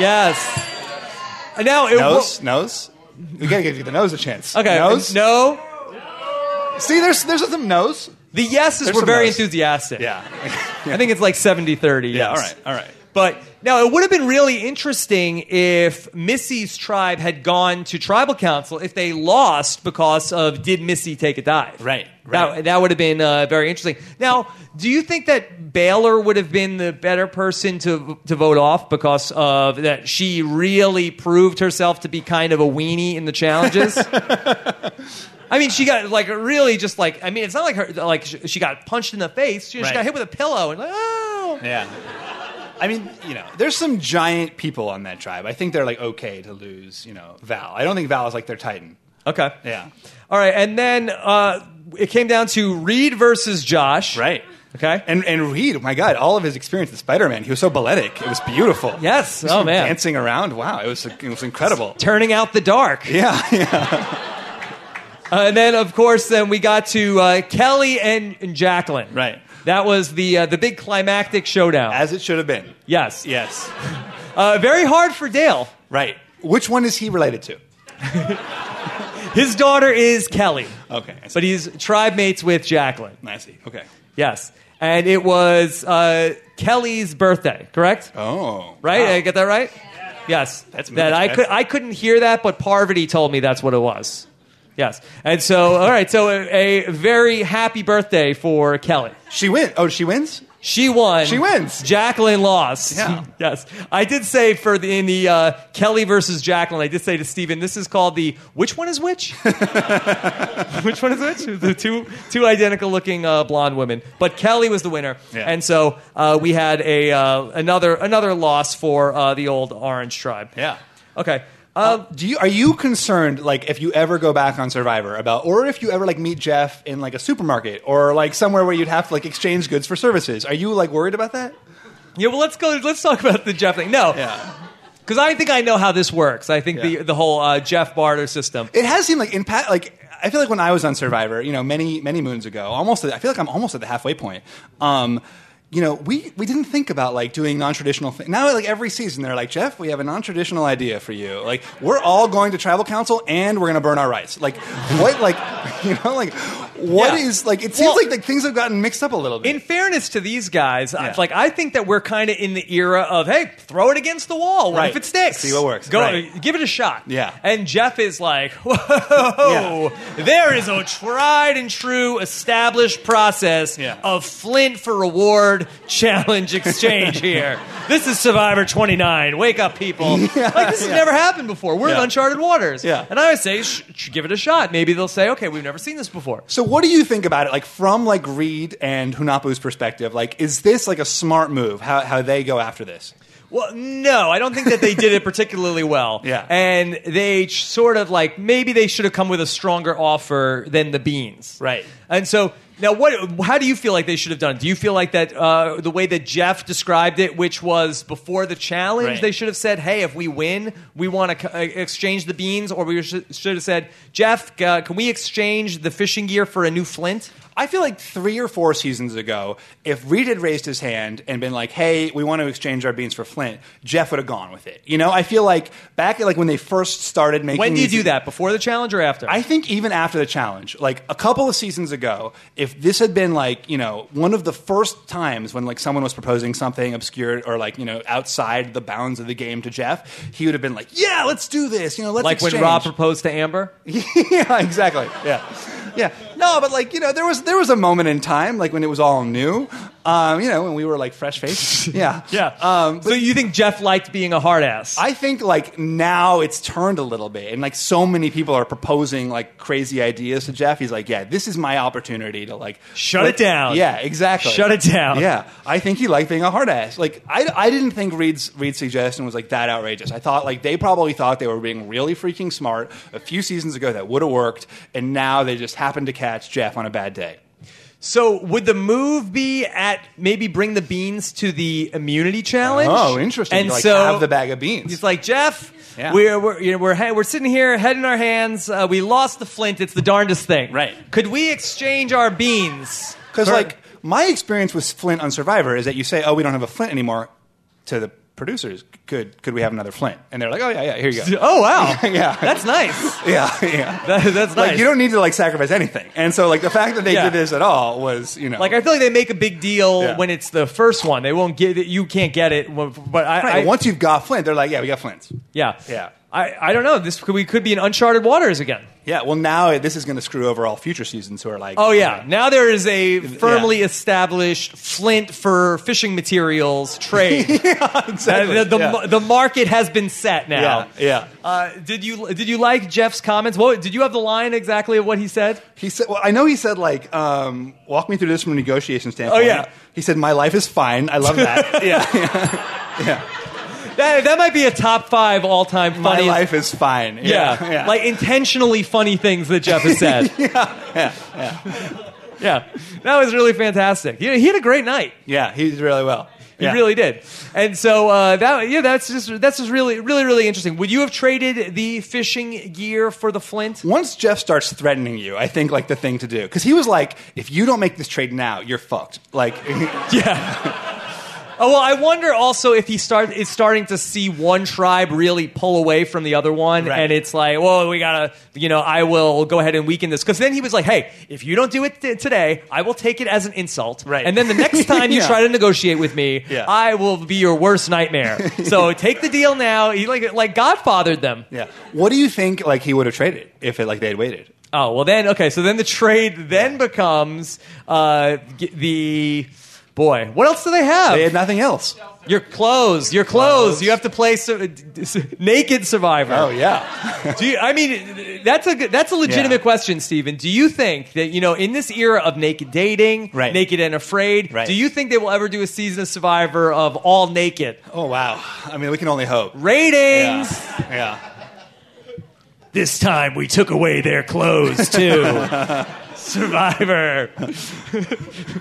Speaker 3: Yes. And Now it
Speaker 4: Nose,
Speaker 3: was
Speaker 4: nose. We gotta give the nose a chance.
Speaker 3: okay.
Speaker 4: nose.
Speaker 3: No,
Speaker 4: See, there's there's some nose.
Speaker 3: the yeses
Speaker 4: There's
Speaker 3: were
Speaker 4: some
Speaker 3: very
Speaker 4: no's.
Speaker 3: enthusiastic.
Speaker 4: Yeah.
Speaker 3: I think it's like 70-30.
Speaker 4: Yeah, all
Speaker 3: yes.
Speaker 4: right, all right.
Speaker 3: But now it would have been really interesting if Missy's tribe had gone to tribal council if they lost because of did Missy take a dive?
Speaker 4: Right,
Speaker 3: That,
Speaker 4: right.
Speaker 3: that would have been uh, very interesting. Now, do you think that Baylor would have been the better person to to vote off because of that she really proved herself to be kind of a weenie in the challenges? I mean, she got like really just like I mean, it's not like her like she she got punched in the face. She, she
Speaker 4: Right.
Speaker 3: got hit with a pillow and like oh
Speaker 4: Yeah. I mean, you know, there's some giant people on that tribe. I think they're like okay to lose, you know, Val. I don't think Val is like their titan.
Speaker 3: okay
Speaker 4: Yeah.
Speaker 3: All right, and then uh, it came down to Reed versus Josh.
Speaker 4: Right.
Speaker 3: Okay.
Speaker 4: And and Reed, my God, all of his experience with Spider Man, he was so balletic. It was beautiful.
Speaker 3: Yes.
Speaker 4: He was
Speaker 3: Oh, man.
Speaker 4: Dancing around. Wow. It was it was incredible.
Speaker 3: Turning out the dark.
Speaker 4: Yeah. Yeah.
Speaker 3: Uh, and then, of course, then we got to uh, Kelly and, and Jacqueline.
Speaker 4: Right.
Speaker 3: That was the uh, the big climactic showdown.
Speaker 4: As it should have been.
Speaker 3: yes.
Speaker 4: Yes.
Speaker 3: Uh, very hard for Dale.
Speaker 4: Right. Which one is he related to?
Speaker 3: His daughter is Kelly,
Speaker 4: Okay. I see.
Speaker 3: but he's tribe mates with Jacqueline.
Speaker 4: I see. Okay.
Speaker 3: Yes. And it was uh, Kelly's birthday, correct?
Speaker 4: Oh.
Speaker 3: Right?
Speaker 4: Wow.
Speaker 3: I get that right? Yes.
Speaker 4: That's
Speaker 3: that I
Speaker 4: movies,
Speaker 3: could
Speaker 4: guys.
Speaker 3: I couldn't hear that, but Parvati told me that's what it was. Yes. And so, all right. So, a, a very happy birthday for Kelly.
Speaker 4: She wins. Oh, she wins.
Speaker 3: She won.
Speaker 4: She wins.
Speaker 3: Jacqueline lost.
Speaker 4: Yeah.
Speaker 3: yes. I did say for the in the uh, Kelly versus Jacqueline. I did say to Steven, this is called the which one is which? which one is which? The two two identical looking uh, blonde women. But Kelly was the winner,
Speaker 4: Yeah.
Speaker 3: and so uh, we had a uh, another another loss for uh, the old Orange Tribe.
Speaker 4: Yeah.
Speaker 3: Okay. Um,
Speaker 4: Uh, Do you are you concerned like if you ever go back on Survivor about or if you ever like meet Jeff in like a supermarket or like somewhere where you'd have to like exchange goods for services? Are you like worried about that?
Speaker 3: yeah. Well, let's go. Let's talk about the Jeff thing. No. Because I think I know how this works. I think
Speaker 4: Yeah.
Speaker 3: the the whole uh, Jeff barter system.
Speaker 4: It has seemed like in pa- like I feel like when I was on Survivor, you know, many many moons ago, almost I feel like I'm almost at the halfway point. Um, you know, we, we didn't think about like doing non-traditional things. Now, like every season, they're like, Jeff, we have a non-traditional idea for you. Like, we're all going to tribal council and we're going to burn our rights. Like, what? Like, you know, like what is
Speaker 3: Yeah.
Speaker 4: like? It seems
Speaker 3: Well-
Speaker 4: like like things have gotten mixed up a little bit.
Speaker 3: In fairness to these guys, I-
Speaker 4: Yeah.
Speaker 3: like I think that we're kind of in the era of hey, throw it against the wall. What if
Speaker 4: Right.
Speaker 3: it sticks?
Speaker 4: See what works.
Speaker 3: Go,
Speaker 4: Right.
Speaker 3: give it a shot.
Speaker 4: Yeah.
Speaker 3: And Jeff is like, whoa, there is a tried and true established process
Speaker 4: Yeah.
Speaker 3: of Flint for reward challenge exchange here. this is Survivor 29. Wake up, people! Like this has never happened before. We're in
Speaker 4: Yeah.
Speaker 3: uncharted waters.
Speaker 4: Yeah.
Speaker 3: And I always say, sh- sh- give it a shot. Maybe they'll say, okay, we've never seen this before.
Speaker 4: So what do you think about it? Like from like Reed and Hunapu's perspective, like is this like a smart move? How how they go after this?
Speaker 3: Well, no, I don't think that they did it particularly well.
Speaker 4: Yeah.
Speaker 3: And they ch- sort of like maybe they should have come with a stronger offer than the beans.
Speaker 4: Right.
Speaker 3: And so now, what? How do you feel like they should have done? Do you feel like that uh, the way that Jeff described it, which was before the challenge,
Speaker 4: Right.
Speaker 3: they should have said, "Hey, if we win, we want to uh, exchange the beans," or we should, should have said, "Jeff, uh, can we exchange the fishing gear for a new flint?"
Speaker 4: I feel like three or four seasons ago, if Reed had raised his hand and been like, "Hey, we want to exchange our beans for Flint," Jeff would have gone with it. You know, I feel like back like when they first started making.
Speaker 3: When do you
Speaker 4: these-
Speaker 3: do that? Before the challenge or after?
Speaker 4: I think even after the challenge, like a couple of seasons ago, if this had been like, you know, one of the first times when like someone was proposing something obscure or like, you know, outside the bounds of the game to Jeff, he would have been like, yeah, let's do this. You know, let's
Speaker 3: like when
Speaker 4: exchange.
Speaker 3: Rob proposed to Amber.
Speaker 4: yeah, exactly. Yeah. Yeah. No, but like, you know, there was there was a moment in time like when it was all new. Um, you know, when we were like fresh faced. Yeah.
Speaker 3: Yeah.
Speaker 4: Um,
Speaker 3: so you think Jeff liked being a hard ass?
Speaker 4: I think like now it's turned a little bit, and like so many people are proposing like crazy ideas to Jeff. He's like, "Yeah, this is my opportunity to like
Speaker 3: Shut it down.
Speaker 4: Yeah, exactly.
Speaker 3: Shut it down.
Speaker 4: Yeah, I think he liked being a hard ass. Like I, I didn't think Reed's Reed's suggestion was like that outrageous. I thought like they probably thought they were being really freaking smart a few seasons ago that would have worked, and now they just happened to catch Jeff on a bad day.
Speaker 3: so would the move be at maybe bring the beans to the immunity challenge?
Speaker 4: Oh, interesting.
Speaker 3: And
Speaker 4: like,
Speaker 3: so
Speaker 4: have the bag of beans.
Speaker 3: He's like Jeff.
Speaker 4: Yeah.
Speaker 3: We're we're you know, we're he- we're sitting here, head in our hands. Uh, we lost the flint. It's the darndest thing.
Speaker 4: Right.
Speaker 3: Could we exchange our beans?
Speaker 4: Because
Speaker 3: for-
Speaker 4: like my experience with Flint on Survivor is that you say, "Oh, we don't have a Flint anymore," to the producers. Could could we have another Flint? And they're like, "Oh yeah, yeah, here you go."
Speaker 3: oh wow,
Speaker 4: Yeah.
Speaker 3: that's nice.
Speaker 4: yeah, yeah.
Speaker 3: That- that's nice.
Speaker 4: like you don't need to like sacrifice anything. And so like the fact that they
Speaker 3: Yeah.
Speaker 4: did this at all was you know
Speaker 3: Like I feel like they make a big deal
Speaker 4: Yeah.
Speaker 3: when it's the first one. They won't get it. You can't get it. But I,
Speaker 4: Right,
Speaker 3: I
Speaker 4: once you've got Flint, they're like, "Yeah, we got Flints."
Speaker 3: yeah
Speaker 4: Yeah.
Speaker 3: I, I don't know. This could, we could be in uncharted waters again.
Speaker 4: Yeah. Well, now this is going to screw over all future seasons who are like,
Speaker 3: Oh yeah. Now there is a firmly
Speaker 4: Yeah.
Speaker 3: established flint for fishing materials trade.
Speaker 4: exactly.
Speaker 3: Uh, the, the,
Speaker 4: yeah.
Speaker 3: the market has been set
Speaker 4: yeah,
Speaker 3: now.
Speaker 4: yeah.
Speaker 3: Uh, did you did you like Jeff's comments? What did you have the line exactly of what he said?
Speaker 4: He said, "Well, I know he said like, um, walk me through this from a negotiation standpoint."
Speaker 3: Oh, yeah.
Speaker 4: He said, "My life is fine. I love that." yeah, yeah, yeah.
Speaker 3: That that might be a top five all time funny.
Speaker 4: My life is fine.
Speaker 3: yeah,
Speaker 4: Yeah,
Speaker 3: like intentionally funny things that Jeff has said. yeah, yeah, that was really fantastic. Yeah, he had a great night.
Speaker 4: yeah, he did really well.
Speaker 3: He
Speaker 4: yeah.
Speaker 3: really did. And so uh, that yeah, that's just that's just really really really interesting. Would you have traded the fishing gear for the flint?
Speaker 4: Once Jeff starts threatening you, I think like the thing to do because he was like, "If you don't make this trade now, you're fucked." Like,
Speaker 3: Yeah. Oh well, I wonder also if he start is starting to see one tribe really pull away from the other one,
Speaker 4: Right.
Speaker 3: and it's like, well, we gotta, you know, I will go ahead and weaken this because then he was like, hey, if you don't do it t- today, I will take it as an insult,
Speaker 4: Right.
Speaker 3: And then the next time you
Speaker 4: Yeah.
Speaker 3: try to negotiate with me,
Speaker 4: Yeah.
Speaker 3: I will be your worst nightmare. so take the deal now. He like like Godfathered them.
Speaker 4: yeah. What do you think like he would have traded if it like they had waited?
Speaker 3: Oh well, then okay. So then the trade then becomes uh, g- the boy. What else do they have?
Speaker 4: They had nothing else.
Speaker 3: Your clothes, your clothes. You have to play su- d- d- s- naked survivor.
Speaker 4: Oh yeah.
Speaker 3: Do you, I mean, that's a good- that's a legitimate
Speaker 4: Yeah.
Speaker 3: question, Stephen. Do you think that you know in this era of naked dating,
Speaker 4: Right.
Speaker 3: naked and afraid,
Speaker 4: Right.
Speaker 3: do you think they will ever do a season of Survivor of all naked
Speaker 4: oh wow. I mean, we can only hope. Yeah.
Speaker 3: ratings?
Speaker 4: yeah.
Speaker 3: This time we took away their clothes too. Survivor.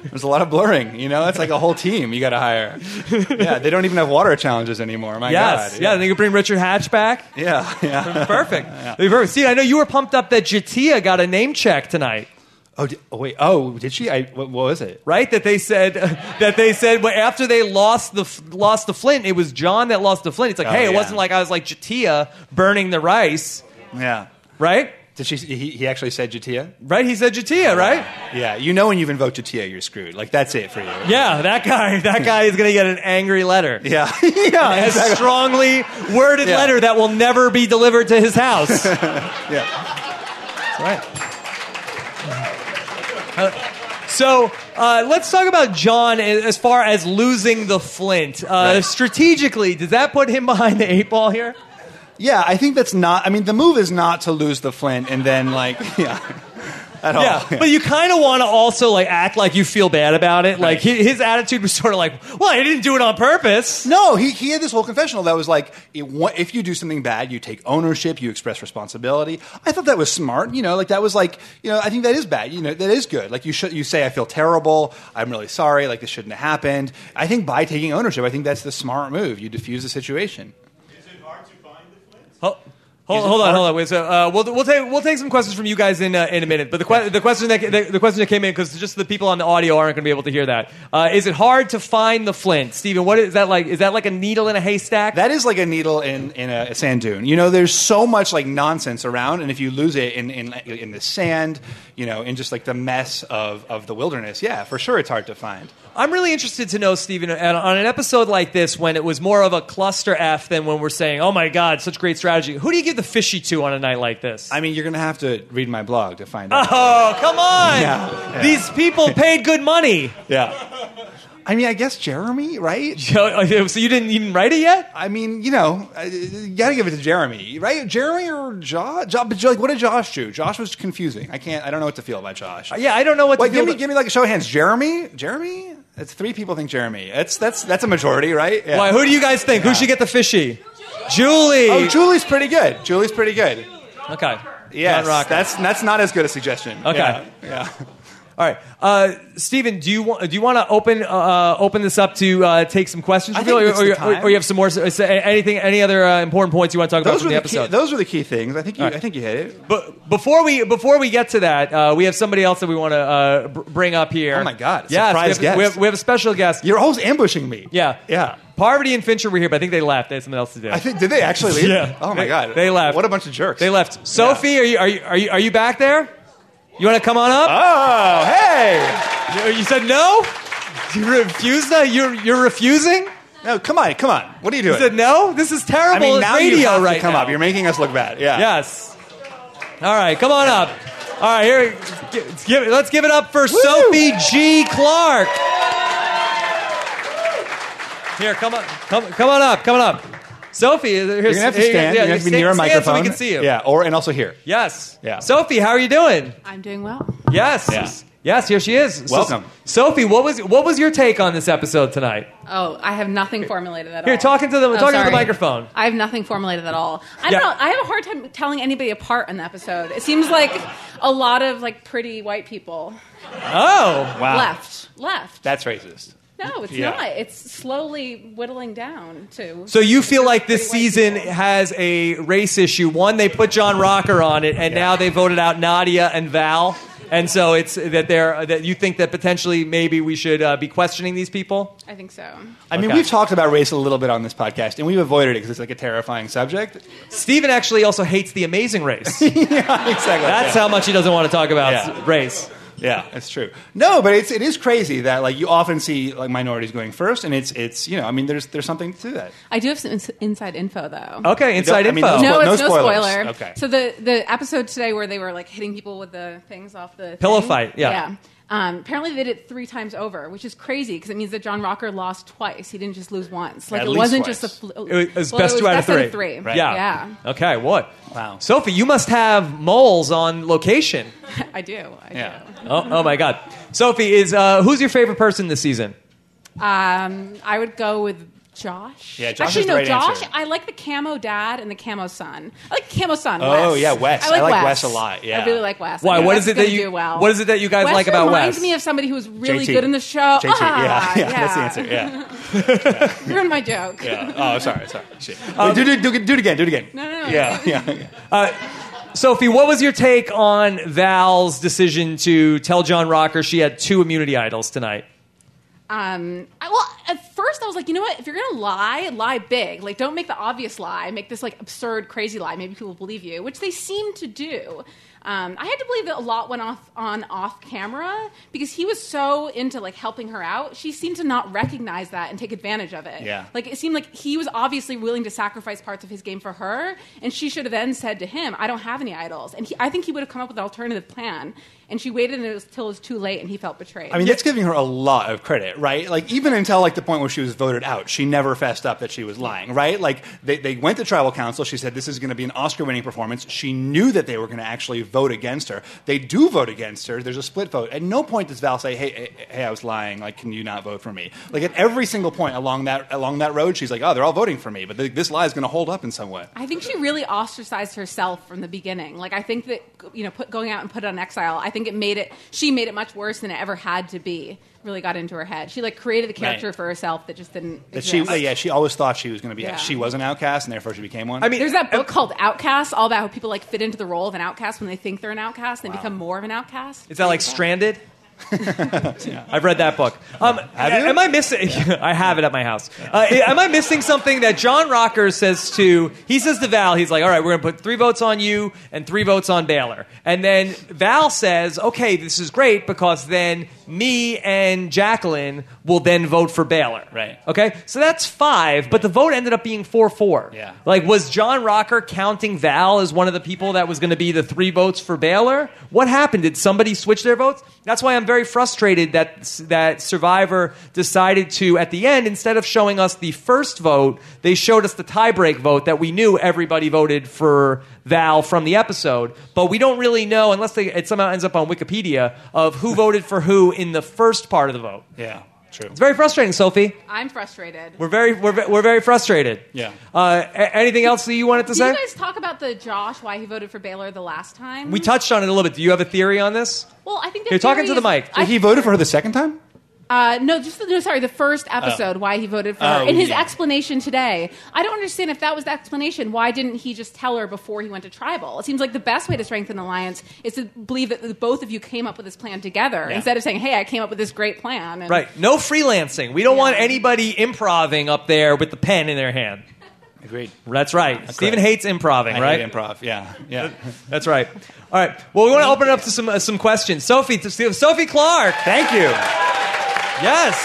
Speaker 4: There's a lot of blurring, you know. That's like a whole team you got to hire. Yeah, they don't even have water challenges anymore. My
Speaker 3: Yes.
Speaker 4: God.
Speaker 3: yeah. They could bring Richard Hatch back.
Speaker 4: yeah, yeah.
Speaker 3: Perfect. Perfect. See, I know you were pumped up that Jatia got a name check tonight.
Speaker 4: Oh, di- oh wait. Oh, did she? I, what, what was it?
Speaker 3: right? That they said that they said well, after they lost the lost the Flint, it was John that lost the Flint. It's like,
Speaker 4: Oh,
Speaker 3: hey, it
Speaker 4: yeah.
Speaker 3: wasn't like I was like Jatia burning the rice,
Speaker 4: Yeah.
Speaker 3: right?
Speaker 4: Did she? He, he actually said Jatia.
Speaker 3: Right? He said Jatia, right?
Speaker 4: Yeah, you know when you've invoked Jatia, you're screwed. Like that's it for you.
Speaker 3: Yeah, that guy. That guy is gonna get an angry letter.
Speaker 4: Yeah, yeah,
Speaker 3: A
Speaker 4: exactly.
Speaker 3: strongly worded
Speaker 4: Yeah.
Speaker 3: letter that will never be delivered to his house.
Speaker 4: Yeah.
Speaker 3: Uh, So uh, let's talk about John a- as far as losing the Flint. Uh,
Speaker 4: Right.
Speaker 3: Strategically, does that put him behind the eight ball here?
Speaker 4: yeah, I think that's not. I mean, the move is not to lose the Flint and then like yeah, at all.
Speaker 3: Yeah, but you kind of want to also like act like you feel bad about it. Like hi- his attitude was sort of like, "Well, I didn't do it on purpose."
Speaker 4: No, he, he had this whole confessional that was like, it, wa- if you do something bad, you take ownership, you express responsibility. I thought that was smart. You know, like that was like, you know, I think that is bad. You know, that is good. Like you should, you say, I feel terrible. I'm really sorry. Like this shouldn't have happened. I think by taking ownership, I think that's the smart move. You diffuse the situation.
Speaker 3: Ho- Hold, hold on, hold on. Wait, so uh, we'll, we'll take we'll take some questions from you guys in uh, in a minute. But the que- the question that the, the question that came in because just the people on the audio aren't going to be able to hear that. Uh, is it hard to find the flint, Stephen? What is that like? Is that like a needle in a haystack?
Speaker 4: That is like a needle in, in a sand dune. You know, there's so much like nonsense around, and if you lose it in, in, in the sand, you know, in just like the mess of, of the wilderness, yeah, for sure it's hard to find.
Speaker 3: I'm really interested to know, Stephen, on on an episode like this when it was more of a cluster f than when we're saying, "Oh my God, such great strategy." Who do you give the fishy to on a night like this?
Speaker 4: I mean, you're going to have to read my blog to find out.
Speaker 3: Oh, come on.
Speaker 4: Yeah.
Speaker 3: These people paid good money.
Speaker 4: Yeah. I mean, I guess Jeremy, right?
Speaker 3: So you didn't even write it yet?
Speaker 4: I mean, you know, I- you gotta give it to Jeremy, right? Jeremy or Josh? Jo- but like, what did Josh do? Josh was confusing. I can't. I don't know what to feel about Josh.
Speaker 3: Yeah, I don't know what
Speaker 4: Wait,
Speaker 3: to do.
Speaker 4: give me,
Speaker 3: about-
Speaker 4: give me like a show of hands. Jeremy, Jeremy. That's three people think Jeremy. That's that's that's a majority, right? Yeah.
Speaker 3: Why, who do you guys think? Who should get the fishy? Julie.
Speaker 4: Oh, Julie's pretty good. Julie's pretty good.
Speaker 3: Okay.
Speaker 4: Yes,
Speaker 3: John Rocker.
Speaker 4: that's that's not as good a suggestion.
Speaker 3: Okay.
Speaker 4: Yeah. yeah.
Speaker 3: All right, uh, Stephen. Do you want do you want to open uh, open this up to uh, take some questions?
Speaker 4: I
Speaker 3: from people,
Speaker 4: think it's
Speaker 3: or,
Speaker 4: the
Speaker 3: or-
Speaker 4: time.
Speaker 3: or you have some more? s- Anything? Any other uh, important points you want to talk
Speaker 4: Those
Speaker 3: about from
Speaker 4: were
Speaker 3: the,
Speaker 4: the, key,
Speaker 3: episode?
Speaker 4: those were the key things. I think you
Speaker 3: All right.
Speaker 4: I think you hit it.
Speaker 3: But before we before we get to that, uh, we have somebody else that we want to uh, br- bring up here.
Speaker 4: Oh my God,
Speaker 3: Yes, we
Speaker 4: surprise
Speaker 3: have,
Speaker 4: guest.
Speaker 3: We, have, we have a special guest.
Speaker 4: You're always ambushing me.
Speaker 3: yeah,
Speaker 4: Yeah.
Speaker 3: Parvati and Fincher were here, but I think they left. They had something else to do.
Speaker 4: I think did they actually leave?
Speaker 3: Yeah.
Speaker 4: Oh my
Speaker 3: They-
Speaker 4: god.
Speaker 3: they left.
Speaker 4: What a bunch of jerks.
Speaker 3: they left. Sophie, are you are you are you, are you back there? You want to come on up?
Speaker 4: Oh, hey.
Speaker 3: You- you said no. You refuse that. You're you're refusing.
Speaker 4: No, come on, come on. What are you doing?
Speaker 3: You said no. This is terrible.
Speaker 4: I mean,
Speaker 3: It's
Speaker 4: now
Speaker 3: radio
Speaker 4: you have
Speaker 3: right
Speaker 4: to come
Speaker 3: now.
Speaker 4: up. You're making us look bad. Yeah.
Speaker 3: yes. All right, come on up. All right, here. gi- Give, it- let's give it up for Sophie G. Clark. Here, come on, come, come on up, come on up. Sophie, here's,
Speaker 4: You're gonna have to stand. You're gonna have to be near a
Speaker 3: stand so
Speaker 4: microphone.
Speaker 3: we can see you.
Speaker 4: Yeah, or and also here.
Speaker 3: Yes.
Speaker 4: Yeah.
Speaker 3: Sophie, how are you doing?
Speaker 5: I'm doing well.
Speaker 3: Yes.
Speaker 4: Yeah.
Speaker 3: Yes. Here she is. So-
Speaker 4: Welcome.
Speaker 3: Sophie. What was what was your take on this episode tonight?
Speaker 5: Oh, I have nothing formulated at all. Oh,
Speaker 3: Here, talking to the- talking to the microphone.
Speaker 5: I have nothing formulated at all. I
Speaker 3: Yeah.
Speaker 5: don't know. I have a hard time telling anybody apart in the episode. It seems like a lot of like pretty white people
Speaker 3: Oh.
Speaker 4: Wow.
Speaker 5: left, left.
Speaker 4: That's racist.
Speaker 5: no, it's
Speaker 4: Yeah.
Speaker 5: not. It's slowly whittling down to.
Speaker 3: So you feel like this
Speaker 5: Pretty white
Speaker 3: season
Speaker 5: people.
Speaker 3: has a race issue. One, they put John Rocker on it, and
Speaker 4: Yeah.
Speaker 3: now they voted out Nadia and Val, and so it's that they're that you think that potentially maybe we should uh, be questioning these people.
Speaker 5: I think so.
Speaker 4: I mean,
Speaker 3: Okay.
Speaker 4: we've talked about race a little bit on this podcast, and we've avoided it because it's like a terrifying subject.
Speaker 3: Steven actually also hates The Amazing Race.
Speaker 4: exactly.
Speaker 3: That's how much he doesn't want to talk about
Speaker 4: Yeah.
Speaker 3: s- race.
Speaker 4: Yeah, that's true. No, but it's it is crazy that like you often see like minorities going first, and it's it's you know I mean there's there's something to that.
Speaker 5: I do have some ins- inside info though.
Speaker 3: Okay, inside
Speaker 4: I mean,
Speaker 3: info.
Speaker 4: those
Speaker 5: No,
Speaker 4: Spo- no
Speaker 5: it's Oh. no,
Speaker 4: spoilers.
Speaker 5: spoiler.
Speaker 4: Okay.
Speaker 5: So the the episode today where they were like hitting people with the things off the thing.
Speaker 3: Pillow fight, yeah.
Speaker 5: Yeah. Um, apparently they did it three times over, which is crazy because it means that John Rocker lost twice. He didn't just lose once. Like
Speaker 4: At
Speaker 5: it
Speaker 4: least
Speaker 5: wasn't
Speaker 4: twice.
Speaker 5: just a. Fl-
Speaker 3: It was
Speaker 5: well,
Speaker 3: best
Speaker 5: it
Speaker 3: two out of
Speaker 5: best
Speaker 3: three.
Speaker 5: three.
Speaker 4: Right.
Speaker 3: Yeah. Okay. What?
Speaker 4: Wow.
Speaker 3: Sophie, you must have moles on location.
Speaker 5: Yeah. I do. I
Speaker 4: Yeah.
Speaker 3: Oh, oh my God. Sophie is uh, who's your favorite person this season?
Speaker 5: do. Um, I would go with. Josh.
Speaker 4: Yeah, Josh
Speaker 5: Actually,
Speaker 4: is the
Speaker 5: no.
Speaker 4: right
Speaker 5: Josh.
Speaker 4: answer.
Speaker 5: I like the camo dad and the camo son. I like camo son.
Speaker 4: Oh,
Speaker 5: Wes.
Speaker 4: yeah, Wes.
Speaker 5: I like,
Speaker 4: I like
Speaker 5: Wes.
Speaker 4: Wes a lot, yeah.
Speaker 5: I really like Wes.
Speaker 3: Why?
Speaker 5: I think
Speaker 3: What
Speaker 5: Wes
Speaker 3: is it
Speaker 5: gonna
Speaker 3: that you?
Speaker 5: do well.
Speaker 3: What is it that you guys
Speaker 5: Wes
Speaker 3: like about
Speaker 5: reminds
Speaker 3: Wes?
Speaker 5: me of somebody who was really
Speaker 4: JT.
Speaker 5: good in the show.
Speaker 4: JT, yeah,
Speaker 5: Ah,
Speaker 4: yeah, that's the answer. Yeah,
Speaker 5: Ruined my joke.
Speaker 4: yeah. Oh, sorry, sorry. Shit.
Speaker 3: Um,
Speaker 4: Wait, Oh, do, do, do, do it again. Do it again.
Speaker 5: No, no, no.
Speaker 4: Yeah, yeah. yeah.
Speaker 3: Sophie, what was your take on Val's decision to tell John Rocker she had two immunity idols tonight?
Speaker 5: Um, I, well, at first I was like, you know what? If you're gonna lie, lie big. Like, don't make the obvious lie. Make this like absurd, crazy lie. Maybe people will believe you, which they seem to do. Um, I had to believe that a lot went off on off camera because he was so into like helping her out. She seemed to not recognize that and take advantage of it.
Speaker 4: Yeah.
Speaker 5: Like it seemed like he was obviously willing to sacrifice parts of his game for her, and she should have then said to him, "I don't have any idols." And he, I think he would have come up with an alternative plan. And she waited until it was too late, and he felt betrayed.
Speaker 4: I mean, that's giving her a lot of credit, right? Like, even until like the point where she was voted out, she never fessed up that she was lying, right? Like, they, they went to tribal council. She said this is going to be an Oscar-winning performance. She knew that they were going to actually vote against her. They do vote against her. There's a split vote. At no point does Val say, "Hey, hey, hey, I was lying. Like, can you not vote for me?" Like at every single point along that along that road, she's like, "Oh, they're all voting for me," but th- this lie is going to hold up in some way.
Speaker 5: I think she really ostracized herself from the beginning. Like I think that you know, put, going out and put on exile. I think it made it. She made it much worse than it ever had to be. Really got into her head. She like created a character
Speaker 4: Right.
Speaker 5: for herself that just didn't.
Speaker 4: That she,
Speaker 5: exist.
Speaker 4: yeah, she always thought she was going to be.
Speaker 5: Yeah.
Speaker 4: She was an outcast, and therefore she became one.
Speaker 3: I mean,
Speaker 5: There's that book called Outcast, all about how people like fit into the role of an outcast when they think they're an outcast, and they become more of an outcast.
Speaker 3: Is that like Stranded? I've read that book. Um,
Speaker 4: you?
Speaker 3: Am I missing? I have it at my house. Uh, am I missing something that John Rocker says to? He says to Val, he's like, "All right, we're going to put three votes on you and three votes on Baylor." And then Val says, "Okay, this is great because then me and Jacqueline will then vote for Baylor."
Speaker 4: Right.
Speaker 3: Okay, so that's five, but the vote ended up being four four.
Speaker 4: Yeah.
Speaker 3: Like, was John Rocker counting Val as one of the people that was going to be the three votes for Baylor? What happened? Did somebody switch their votes? That's why I'm very frustrated that that Survivor decided to at the end instead of showing us the first vote, they showed us the tiebreak vote that we knew everybody voted for Val from the episode, but we don't really know unless they, it somehow ends up on Wikipedia of who voted for who in the first part of the vote.
Speaker 4: Yeah, true.
Speaker 3: It's very frustrating, Sophie.
Speaker 5: I'm frustrated.
Speaker 3: We're very we're, ve- we're very frustrated.
Speaker 4: Yeah.
Speaker 3: Uh, a- anything else that you wanted to
Speaker 5: Did
Speaker 3: say?
Speaker 5: you guys talk about the Josh why he voted for Baylor the last time?
Speaker 3: we touched on it a little bit. Do you have a theory on this?
Speaker 5: Well, I think the
Speaker 3: You're talking
Speaker 5: theory
Speaker 3: to the
Speaker 5: is-
Speaker 3: mic.
Speaker 5: I-
Speaker 4: he voted for her the second time?
Speaker 5: Uh, no, just the, no. Sorry, the first episode. Why he voted for her
Speaker 4: Oh,
Speaker 5: in his
Speaker 4: yeah.
Speaker 5: explanation today. I don't understand if that was the explanation. Why didn't he just tell her before he went to tribal? It seems like the best way to strengthen an alliance is to believe that the both of you came up with this plan together
Speaker 4: Yeah.
Speaker 5: instead of saying, "Hey, I came up with this great plan." And
Speaker 3: Right. No freelancing. We don't
Speaker 5: Yeah.
Speaker 3: want anybody improving up there with the pen in their hand.
Speaker 4: Agreed.
Speaker 3: That's right. Steven hates improving,
Speaker 4: I
Speaker 3: right?
Speaker 4: hate improv. Yeah, yeah.
Speaker 3: That's right. All right. Well, we want to open it up to some uh, some questions. Sophie, to Sophie Clark.
Speaker 4: Thank you.
Speaker 3: Yes.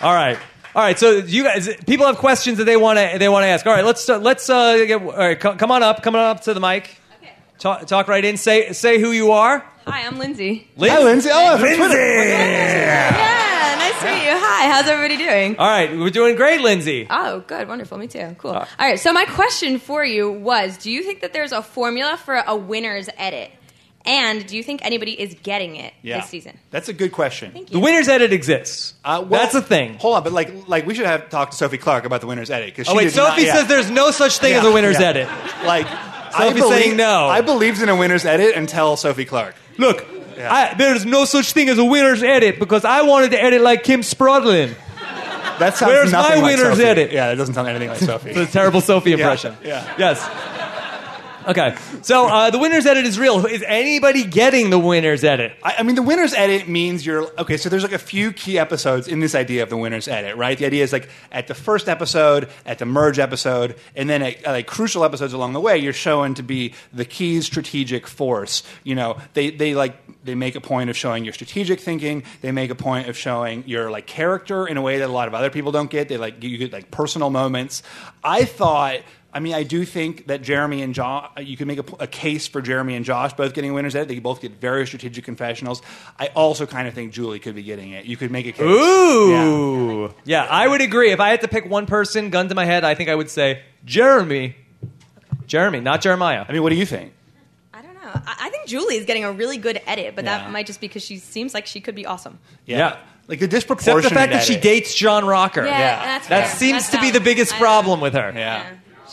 Speaker 3: All right. All right. So you guys, people have questions that they want to they want to ask. All right. Let's start, let's uh, get, all right, co- come on up. Come on up to the mic.
Speaker 5: Okay.
Speaker 3: Talk, talk right in. Say say who you are.
Speaker 6: Hi, I'm Lindsay.
Speaker 3: Lindsay.
Speaker 4: Hi, Lindsay. Oh, from Twitter.
Speaker 6: Yeah, nice to meet you. Hi, how's everybody doing?
Speaker 3: All right. We're doing great, Lindsay.
Speaker 6: Oh, good, wonderful. Me too. Cool.
Speaker 3: uh,
Speaker 6: All right, so my question for you was Do you think that there's a formula for a winner's edit? And do you think anybody is getting it
Speaker 4: Yeah.
Speaker 6: this season?
Speaker 4: That's a good question.
Speaker 6: Thank
Speaker 3: The
Speaker 6: you.
Speaker 3: winner's edit exists.
Speaker 4: Uh, well,
Speaker 3: That's a thing.
Speaker 4: Hold on, but like, like we should have talked to Sophie Clark about the winner's edit. 'cause
Speaker 3: Oh
Speaker 4: she
Speaker 3: wait,
Speaker 4: did not-
Speaker 3: Sophie
Speaker 4: yeah.
Speaker 3: says there's no such thing as
Speaker 4: Yeah,
Speaker 3: a winner's
Speaker 4: yeah.
Speaker 3: edit.
Speaker 4: Like, I
Speaker 3: Sophie's saying no.
Speaker 4: I believed in a winner's edit until Sophie Clark.
Speaker 3: Look,
Speaker 4: Yeah.
Speaker 3: I, there's no such thing as a winner's edit because I wanted to edit like Kim Sprodlin.
Speaker 4: That sounds
Speaker 3: Where's
Speaker 4: nothing
Speaker 3: my
Speaker 4: like
Speaker 3: winner's
Speaker 4: Sophie.
Speaker 3: edit?
Speaker 4: Yeah, it doesn't sound anything like Sophie.
Speaker 3: It's a terrible Sophie impression.
Speaker 4: yeah.
Speaker 3: Yes. Okay. So uh, the winner's edit is real. Is anybody getting the winner's edit?
Speaker 4: I, I mean, the winner's edit means you're okay. So there's like a few key episodes in this idea of the winner's edit, right? The idea is like at the first episode, at the merge episode, and then at, at, like crucial episodes along the way, you're shown to be the key strategic force. You know, they they like they make a point of showing your strategic thinking. They make a point of showing your like character in a way that a lot of other people don't get. They like you get like personal moments. I thought. I mean, I do think that Jeremy and Josh, you can make a, a case for Jeremy and Josh both getting winners at it. They both get very strategic confessionals. I also kind of think Julie could be getting it. You could make a case. Yeah.
Speaker 3: Ooh. Yeah. I would agree. If I had to pick one person, gun to my head, I think I would say Jeremy. Jeremy, not Jeremiah.
Speaker 4: I mean, what do you think?
Speaker 6: I don't know. I, I think Julie is getting a really good edit, but
Speaker 4: Yeah.
Speaker 6: that might just be because she seems like she could be awesome.
Speaker 3: Yeah.
Speaker 4: Like the disproportionate.
Speaker 3: Except the fact that she
Speaker 4: edit.
Speaker 3: dates John Rocker.
Speaker 6: Yeah,
Speaker 4: Yeah.
Speaker 6: that's
Speaker 3: That
Speaker 6: fair.
Speaker 3: seems
Speaker 6: That's
Speaker 3: to be
Speaker 6: valid.
Speaker 3: the biggest
Speaker 6: I-
Speaker 3: problem with her.
Speaker 4: Yeah.
Speaker 6: Yeah.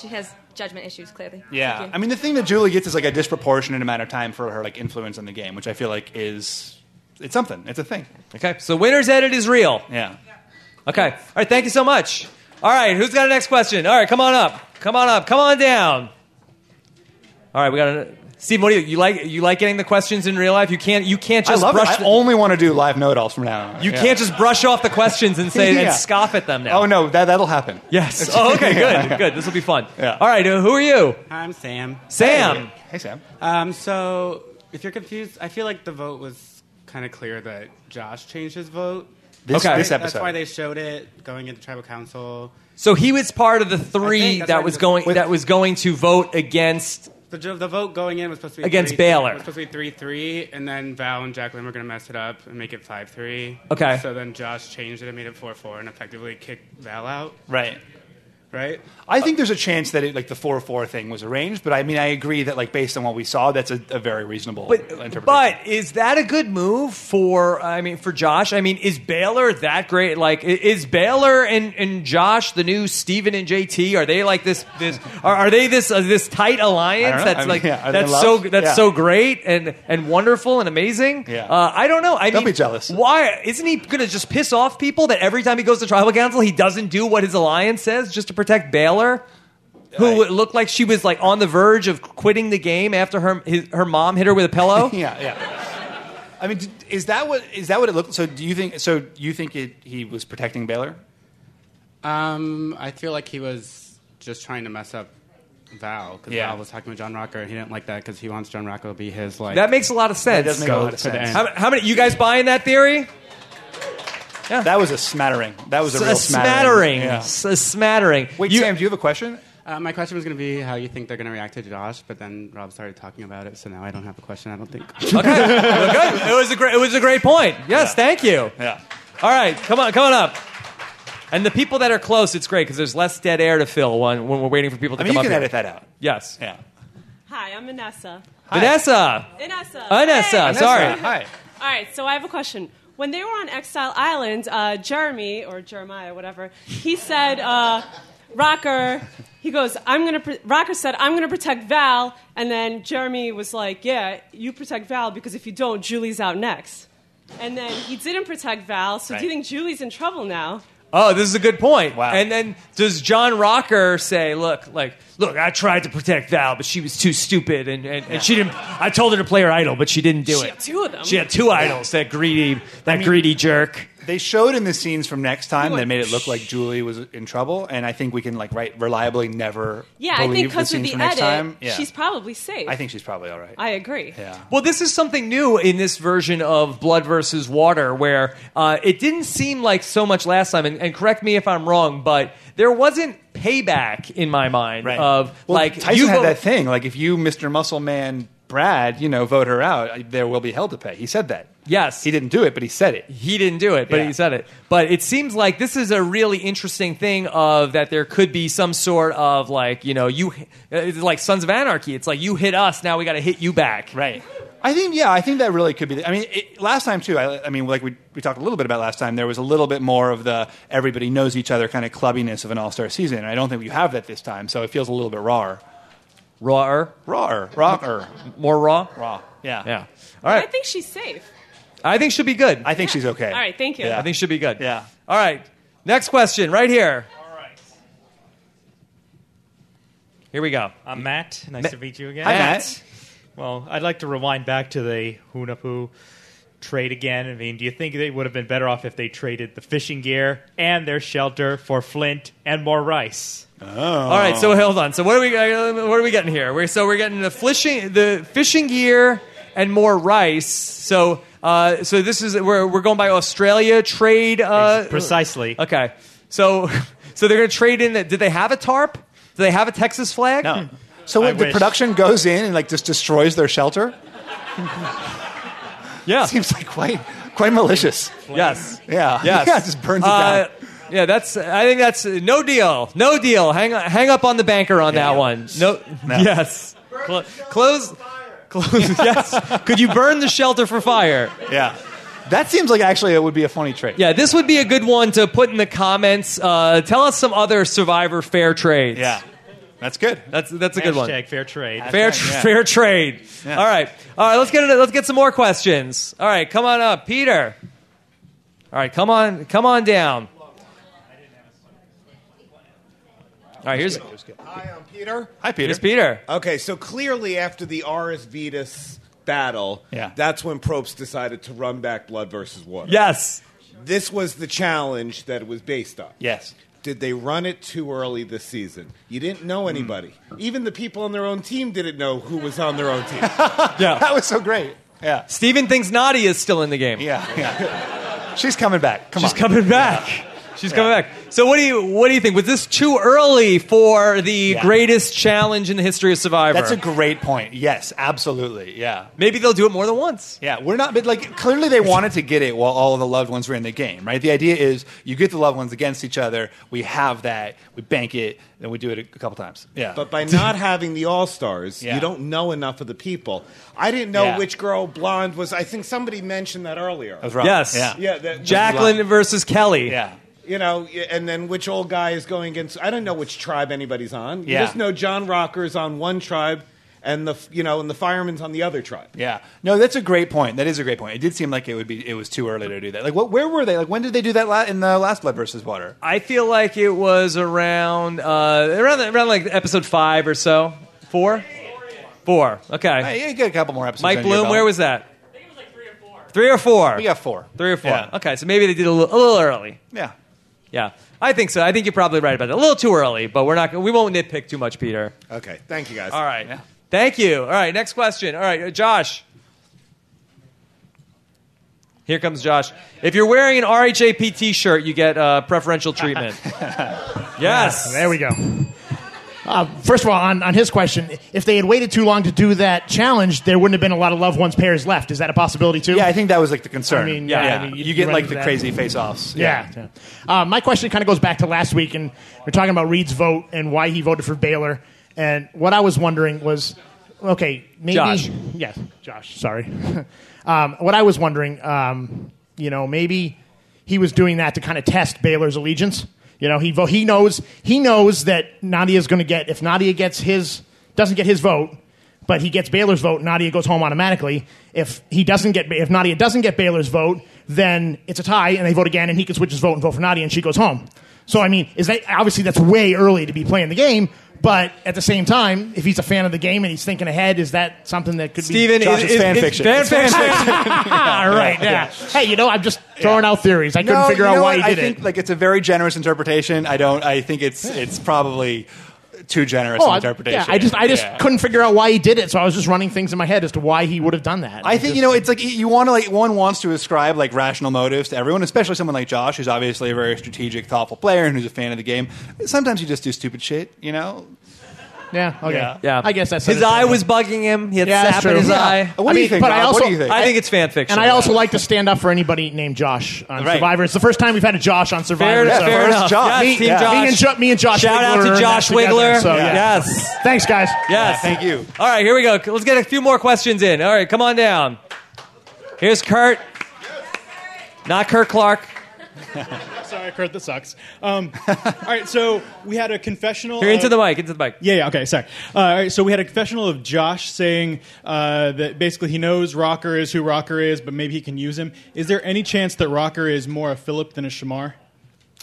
Speaker 6: She has judgment issues, clearly.
Speaker 4: Yeah.
Speaker 6: Thank you.
Speaker 4: I mean, the thing that Julie gets is like a disproportionate amount of time for her like influence on the game, which I feel like is it's something. It's a thing.
Speaker 3: Okay. So winner's edit is real.
Speaker 4: Yeah.
Speaker 3: Okay. All right. Thank you so much. All right. Who's got a next question? All right. Come on up. Come on up. Come on down. All right. We got a. Steve, what do you, you like? You like getting the questions in real life? You can't. You can't just
Speaker 4: I love it.
Speaker 3: brush.
Speaker 4: I
Speaker 3: the-
Speaker 4: only want to do live know-it-alls from now on.
Speaker 3: you
Speaker 4: Yeah.
Speaker 3: can't just brush off the questions and say
Speaker 4: Yeah.
Speaker 3: and scoff at them now.
Speaker 4: Oh no, that that'll happen.
Speaker 3: Yes. Oh, okay. Good. Good. This will be fun.
Speaker 4: Yeah.
Speaker 3: All right. Uh, who are you,
Speaker 7: I'm Sam.
Speaker 3: Sam?
Speaker 4: Hey Sam.
Speaker 7: Um, so, if you're confused, I feel like the vote was kind of clear that Josh changed his vote.
Speaker 4: This,
Speaker 3: Okay.
Speaker 4: this
Speaker 7: That's
Speaker 4: episode.
Speaker 7: why they showed it going into tribal council.
Speaker 3: So he was part of the three
Speaker 7: that's
Speaker 3: that
Speaker 7: right.
Speaker 3: was going
Speaker 7: With-
Speaker 3: that was going to vote against.
Speaker 7: The, jo- the vote going in was supposed to be
Speaker 3: Against
Speaker 7: three,
Speaker 3: Baylor.
Speaker 7: Was supposed to be three three, and then Val and Jacqueline were going to mess it up and make it five three.
Speaker 3: Okay.
Speaker 7: So then Josh changed it and made it four four, and effectively kicked Val out.
Speaker 4: Right.
Speaker 7: Right.
Speaker 4: I think there's a chance that it, like the four four thing was arranged, but I mean I agree that like based on what we saw, that's a, a very reasonable interpretation.
Speaker 3: But but is that a good move for I mean for Josh? I mean, is Baylor that great? Like, i- is Baylor and, and Josh the new Steven and JT? Are they like this? This are, are they this uh, this tight
Speaker 4: I don't
Speaker 3: alliance
Speaker 4: know.
Speaker 3: that's
Speaker 4: I mean,
Speaker 3: like
Speaker 4: yeah, are they
Speaker 3: that's
Speaker 4: in
Speaker 3: so
Speaker 4: love?
Speaker 3: that's
Speaker 4: Yeah.
Speaker 3: so great and and wonderful and amazing?
Speaker 4: Yeah.
Speaker 3: Uh, I don't know. I
Speaker 4: Don't
Speaker 3: mean,
Speaker 4: be jealous.
Speaker 3: Why isn't he going to just piss off people that every time he goes to tribal council he doesn't do what his alliance says just to protect Baylor? Who
Speaker 4: Right.
Speaker 3: looked like she was like on the verge of quitting the game after her his, her mom hit her with a pillow.
Speaker 4: yeah, yeah. I mean, d- is that what is that what it looked? So do you think? So you think it, he was protecting Baylor?
Speaker 7: Um, I feel like he was just trying to mess up Val because
Speaker 4: Yeah.
Speaker 7: Val was talking with John Rocker, and he didn't like that because he wants John Rocker to be his like.
Speaker 3: That makes a lot of sense.
Speaker 4: does make a
Speaker 7: Go
Speaker 4: lot of
Speaker 7: for the
Speaker 4: sense.
Speaker 7: end.
Speaker 3: how, how many? You guys buying that theory?
Speaker 4: That was a smattering. That was a real
Speaker 3: smattering.
Speaker 4: Yeah.
Speaker 3: S- A smattering.
Speaker 4: Wait,
Speaker 3: you,
Speaker 4: Sam, do you have a question?
Speaker 7: Uh, my question was going to be how you think they're going to react to Josh, but then Rob started talking about it, so now I don't have a question. I don't think.
Speaker 3: It was a great. It was a great point. Yes, thank you.
Speaker 4: Yeah.
Speaker 3: All right, come on, come on up. And the people that are close, it's great because there's less dead air to fill when, when we're waiting for people to
Speaker 4: I mean, you
Speaker 3: come
Speaker 4: can
Speaker 3: up
Speaker 4: edit
Speaker 3: here.
Speaker 4: that out.
Speaker 3: Yes,
Speaker 4: Yeah.
Speaker 8: Hi, I'm Vanessa.
Speaker 3: Vanessa,
Speaker 8: Vanessa.
Speaker 3: Vanessa,
Speaker 8: Hey.
Speaker 3: sorry.
Speaker 4: Hi.
Speaker 8: All right, so I have a question. When they were on Exile Island, uh, Jeremy or Jeremiah, whatever, he said, uh, "Rocker." He goes, "I'm gonna." Pre-, Rocker said, "I'm gonna protect Val," and then Jeremy was like, "Yeah, you protect Val because if you don't, Julie's out next." And then he didn't protect Val, so do you
Speaker 4: Right.
Speaker 8: think Julie's in trouble now?
Speaker 3: Oh, this is a good point.
Speaker 4: Wow.
Speaker 3: And then does John Rocker say, "Look, like, look, I tried to protect Val, but she was too stupid, and, and, and she didn't. I told her to play her idol, but she didn't do
Speaker 8: She
Speaker 3: it.
Speaker 8: had two of them.
Speaker 3: She had two idols. That greedy, that greedy jerk.
Speaker 4: They showed in the scenes from next time
Speaker 8: went,
Speaker 4: that made it look like Julie was in trouble, and I think we can like right reliably never.
Speaker 8: Yeah, I
Speaker 4: believe
Speaker 8: think
Speaker 4: the
Speaker 8: because of
Speaker 4: scenes
Speaker 8: the
Speaker 4: from
Speaker 8: edit,
Speaker 4: next time. Yeah.
Speaker 8: she's probably safe.
Speaker 4: I think she's probably all right.
Speaker 8: I agree.
Speaker 4: yeah.
Speaker 3: Well, this is something new in this version of Blood versus Water, where uh, it didn't seem like so much last time. And, and correct me if I'm wrong, but there wasn't payback in my mind of
Speaker 4: well,
Speaker 3: like
Speaker 4: Tyson
Speaker 3: you
Speaker 4: had
Speaker 3: vote-
Speaker 4: that thing. Like if you, Mister Muscle Man Brad, you know, vote her out, there will be hell to pay. He said that.
Speaker 3: Yes.
Speaker 4: he didn't do it, but he said it.
Speaker 3: He didn't do it, but
Speaker 4: Yeah.
Speaker 3: he said it. But it seems like this is a really interesting thing of that there could be some sort of like you know you uh, it's like Sons of Anarchy. It's like you hit us, now we got to hit you back.
Speaker 4: Right. I think yeah, I think that really could be. The, I mean, it, last time too. I, I mean, like we we talked a little bit about last time. There was a little bit more of the everybody knows each other kind of clubbiness of an all star season. And I don't think you have that this time, so it feels a little bit rawer,
Speaker 3: Rawer,
Speaker 4: rawer, rawer,
Speaker 3: er, more raw.
Speaker 4: raw. Yeah,
Speaker 3: Yeah. All
Speaker 8: But I
Speaker 3: right.
Speaker 8: think she's safe.
Speaker 3: I think she'll be good.
Speaker 4: I think she's okay.
Speaker 8: All right, thank you.
Speaker 4: Yeah.
Speaker 3: I think she'll be good.
Speaker 4: Yeah.
Speaker 3: All right. Next question, right here. All right. Here we go.
Speaker 9: I'm Uh, Matt. Nice to meet you again.
Speaker 4: Hi, Matt.
Speaker 9: Well, I'd like to rewind back to the Hunapu trade again. I mean, do you think they would have been better off if they traded the fishing gear and their shelter for flint and more rice?
Speaker 4: Oh.
Speaker 3: All right. So hold on. So what are we? uh, What are we getting here? We're, so we're getting the fishing, the fishing gear, and more rice. So. Uh, so this is we're, we're going by Australia trade uh,
Speaker 9: Precisely.
Speaker 3: Okay, so so they're going to trade in. The, did they have a tarp? Do they have a Texas flag?
Speaker 4: No. So
Speaker 9: I
Speaker 4: what, the
Speaker 9: wish.
Speaker 4: production goes in and like just destroys their shelter.
Speaker 3: Yeah.
Speaker 4: Seems like quite quite malicious.
Speaker 3: Yes.
Speaker 4: Yeah.
Speaker 3: Yes.
Speaker 4: Yeah, just burns it
Speaker 3: Uh,
Speaker 4: down.
Speaker 3: yeah, that's. I think that's uh, no deal. No deal. Hang hang up on the banker on that one. No. Yes. Cl- close. Close. yes. Could you burn the shelter for fire?
Speaker 4: Yeah. That seems like actually it would be a funny trick.
Speaker 3: Yeah, this would be a good one to put in the comments. Uh, tell us some other Survivor fair trades.
Speaker 4: Yeah. That's good.
Speaker 3: That's that's a good one.
Speaker 9: Hashtag fair trade.
Speaker 3: Fair, tr
Speaker 4: yeah.
Speaker 3: fair trade.
Speaker 4: Yeah.
Speaker 3: All right, all right. Let's get into, let's get some more questions. All right, come on up, Peter. All right, come on, come on down. All right, here's
Speaker 10: Hi, I'm Peter.
Speaker 4: Hi, Peter.
Speaker 3: here's Peter.
Speaker 10: Okay, so clearly after the RS Vetus battle,
Speaker 4: Yeah.
Speaker 10: that's when Probst decided to run back Blood versus Water.
Speaker 3: Yes.
Speaker 10: This was the challenge that it was based on.
Speaker 4: Yes.
Speaker 10: Did they run it too early this season? You didn't know anybody. Even the people on their own team didn't know who was on their own team.
Speaker 3: Yeah.
Speaker 4: That was so great. Yeah.
Speaker 3: Steven thinks Nadia is still in the game.
Speaker 4: Yeah, yeah. She's coming back. Come
Speaker 3: She's
Speaker 4: on.
Speaker 3: coming back. She's coming back. So what do you what do you think? Was this too early for the greatest challenge in the history of Survivor?
Speaker 4: That's a great point. Yes, absolutely. Yeah.
Speaker 3: Maybe they'll do it more than once.
Speaker 4: Yeah, we're not, but like clearly they wanted to get it while all the loved ones were in the game, right? The idea is you get the loved ones against each other. We have that. We bank it, then we do it a, couple times. Yeah,
Speaker 10: But by not having the All Stars,
Speaker 4: Yeah.
Speaker 10: you don't know enough of the people. I didn't know
Speaker 4: Yeah.
Speaker 10: which girl blonde was. I think somebody mentioned that earlier.
Speaker 4: that was wrong.
Speaker 3: Yes.
Speaker 4: Yeah.
Speaker 10: Yeah, that,
Speaker 3: Jacqueline versus Kelly.
Speaker 4: Yeah.
Speaker 10: you know, y- and then which old guy is going against. I don't know which tribe anybody's on. You
Speaker 4: Yeah.
Speaker 10: just know John Rocker is on one tribe, and the f- you know, and the fireman's on the other tribe.
Speaker 4: Yeah. No, that's a great point. That is a great point. It did seem like it would be. It was too early to do that. Like, what? Where were they? Like, when did they do that la- in the last Blood versus Water?
Speaker 3: I feel like it was around uh, around around like episode five or so. Four, four. Okay.
Speaker 4: Uh, yeah, you get a couple more episodes.
Speaker 3: Mike
Speaker 4: under your
Speaker 3: Bloom,
Speaker 4: belt.
Speaker 3: where was that? Three or four.
Speaker 4: We got four.
Speaker 3: Three or four.
Speaker 4: Yeah.
Speaker 3: Okay, so maybe they did a little, a little early.
Speaker 4: Yeah.
Speaker 3: Yeah, I think so. I think you're probably right about that. A little too early, but we're not. We won't nitpick too much, Peter.
Speaker 10: Okay, thank you guys.
Speaker 3: All right.
Speaker 4: Yeah.
Speaker 3: Thank you. All right. Next question. All right, uh, Josh. Here comes Josh. If you're wearing an RHAP t-shirt, you get uh, preferential treatment. yes.
Speaker 9: There we go.
Speaker 11: Uh, first of all, on, on his question, if they had waited too long to do that challenge, there wouldn't have been a lot of loved ones pairs left. Is that a possibility too? Yeah, I
Speaker 4: think that was like the concern.
Speaker 11: I mean,
Speaker 4: yeah,
Speaker 11: yeah,
Speaker 4: yeah.
Speaker 11: I mean,
Speaker 4: you, get
Speaker 11: run
Speaker 4: like
Speaker 11: into
Speaker 4: the
Speaker 11: that.
Speaker 4: crazy face-offs.
Speaker 11: Yeah. Uh, my question kind of goes back to last week, and we're talking about Reed's vote and why he voted for Baylor. And what I was wondering was, okay, maybe
Speaker 12: Josh.
Speaker 11: yes, Josh. Sorry. um, what I was wondering, um, you know, maybe he was doing that to kind of test Baylor's allegiance. You know, he vo- he knows he knows that Nadia's going to get if Nadia gets his doesn't get his vote, but he gets Baylor's vote, Nadia goes home automatically. If he doesn't get if Nadia doesn't get Baylor's vote, then it's a tie, and they vote again, and he can switch his vote and vote for Nadia, and she goes home. So I mean, is that obviously that's way early to be playing the game. But at the same time, if he's a fan of the game and he's thinking ahead, is that something that could
Speaker 4: Steven,
Speaker 11: be?
Speaker 4: Josh, it's- it's fan it's- fiction.
Speaker 11: Fan
Speaker 4: it's fan
Speaker 11: fiction.
Speaker 4: fiction.
Speaker 11: All right. Yeah. Hey, you know, I'm just throwing out theories. I couldn't
Speaker 4: No,
Speaker 11: figure
Speaker 4: you know
Speaker 11: out why
Speaker 4: what?
Speaker 11: he did
Speaker 4: I
Speaker 11: it.
Speaker 4: think, Like it's a very generous interpretation. I don't. I think it's it's probably too generous an
Speaker 11: Oh, I-
Speaker 4: interpretation.
Speaker 11: Yeah, I just I just
Speaker 4: Yeah.
Speaker 11: couldn't figure out why he did it, so I was just running things in my head as to why he would have done that.
Speaker 4: I think you know it's like you want to like one wants to ascribe like rational motives to everyone, especially someone like Josh, who's obviously a very strategic, thoughtful player and who's a fan of the game. Sometimes you just do stupid shit, you know.
Speaker 11: Yeah. Okay.
Speaker 4: Yeah.
Speaker 3: Yeah.
Speaker 11: I guess that's
Speaker 3: his eye was bugging him. He had
Speaker 11: Yeah, that's
Speaker 3: sap in
Speaker 11: true.
Speaker 3: his
Speaker 11: Yeah.
Speaker 3: eye.
Speaker 11: What do you think,
Speaker 3: But
Speaker 11: Rob?
Speaker 3: I
Speaker 11: What
Speaker 3: also
Speaker 11: do you think?
Speaker 3: I think it's fan fiction.
Speaker 11: And I also like to stand up for anybody named Josh on
Speaker 3: Right.
Speaker 11: Survivor. It's the first time we've had a Josh on Survivor.
Speaker 3: Fair-
Speaker 11: so-
Speaker 3: fair
Speaker 11: First
Speaker 3: enough.
Speaker 11: Josh.
Speaker 3: Yes,
Speaker 11: Me,
Speaker 3: Team Josh.
Speaker 11: me and Jo- me and Josh.
Speaker 3: Shout
Speaker 11: Wiggler
Speaker 3: out to
Speaker 11: are in that
Speaker 3: Josh
Speaker 11: together,
Speaker 3: Wiggler.
Speaker 11: so, yeah.
Speaker 3: Yes.
Speaker 11: Thanks, guys.
Speaker 3: Yes.
Speaker 4: Ah, Thank you.
Speaker 3: All right, here we go. Let's get a few more questions in. All right, come on down. Here's Kurt. Not Kurt Clark.
Speaker 13: Sorry, Kurt, that sucks. Um, all right, so we had a confessional.
Speaker 3: Here, into
Speaker 13: of-
Speaker 3: the mic, into the mic.
Speaker 13: Yeah, yeah, okay, sorry. Uh, all right, so we had a confessional of Josh saying uh, that basically he knows Rocker is who Rocker is, but maybe he can use him. Is there any chance that Rocker is more a Philip than a Shamar?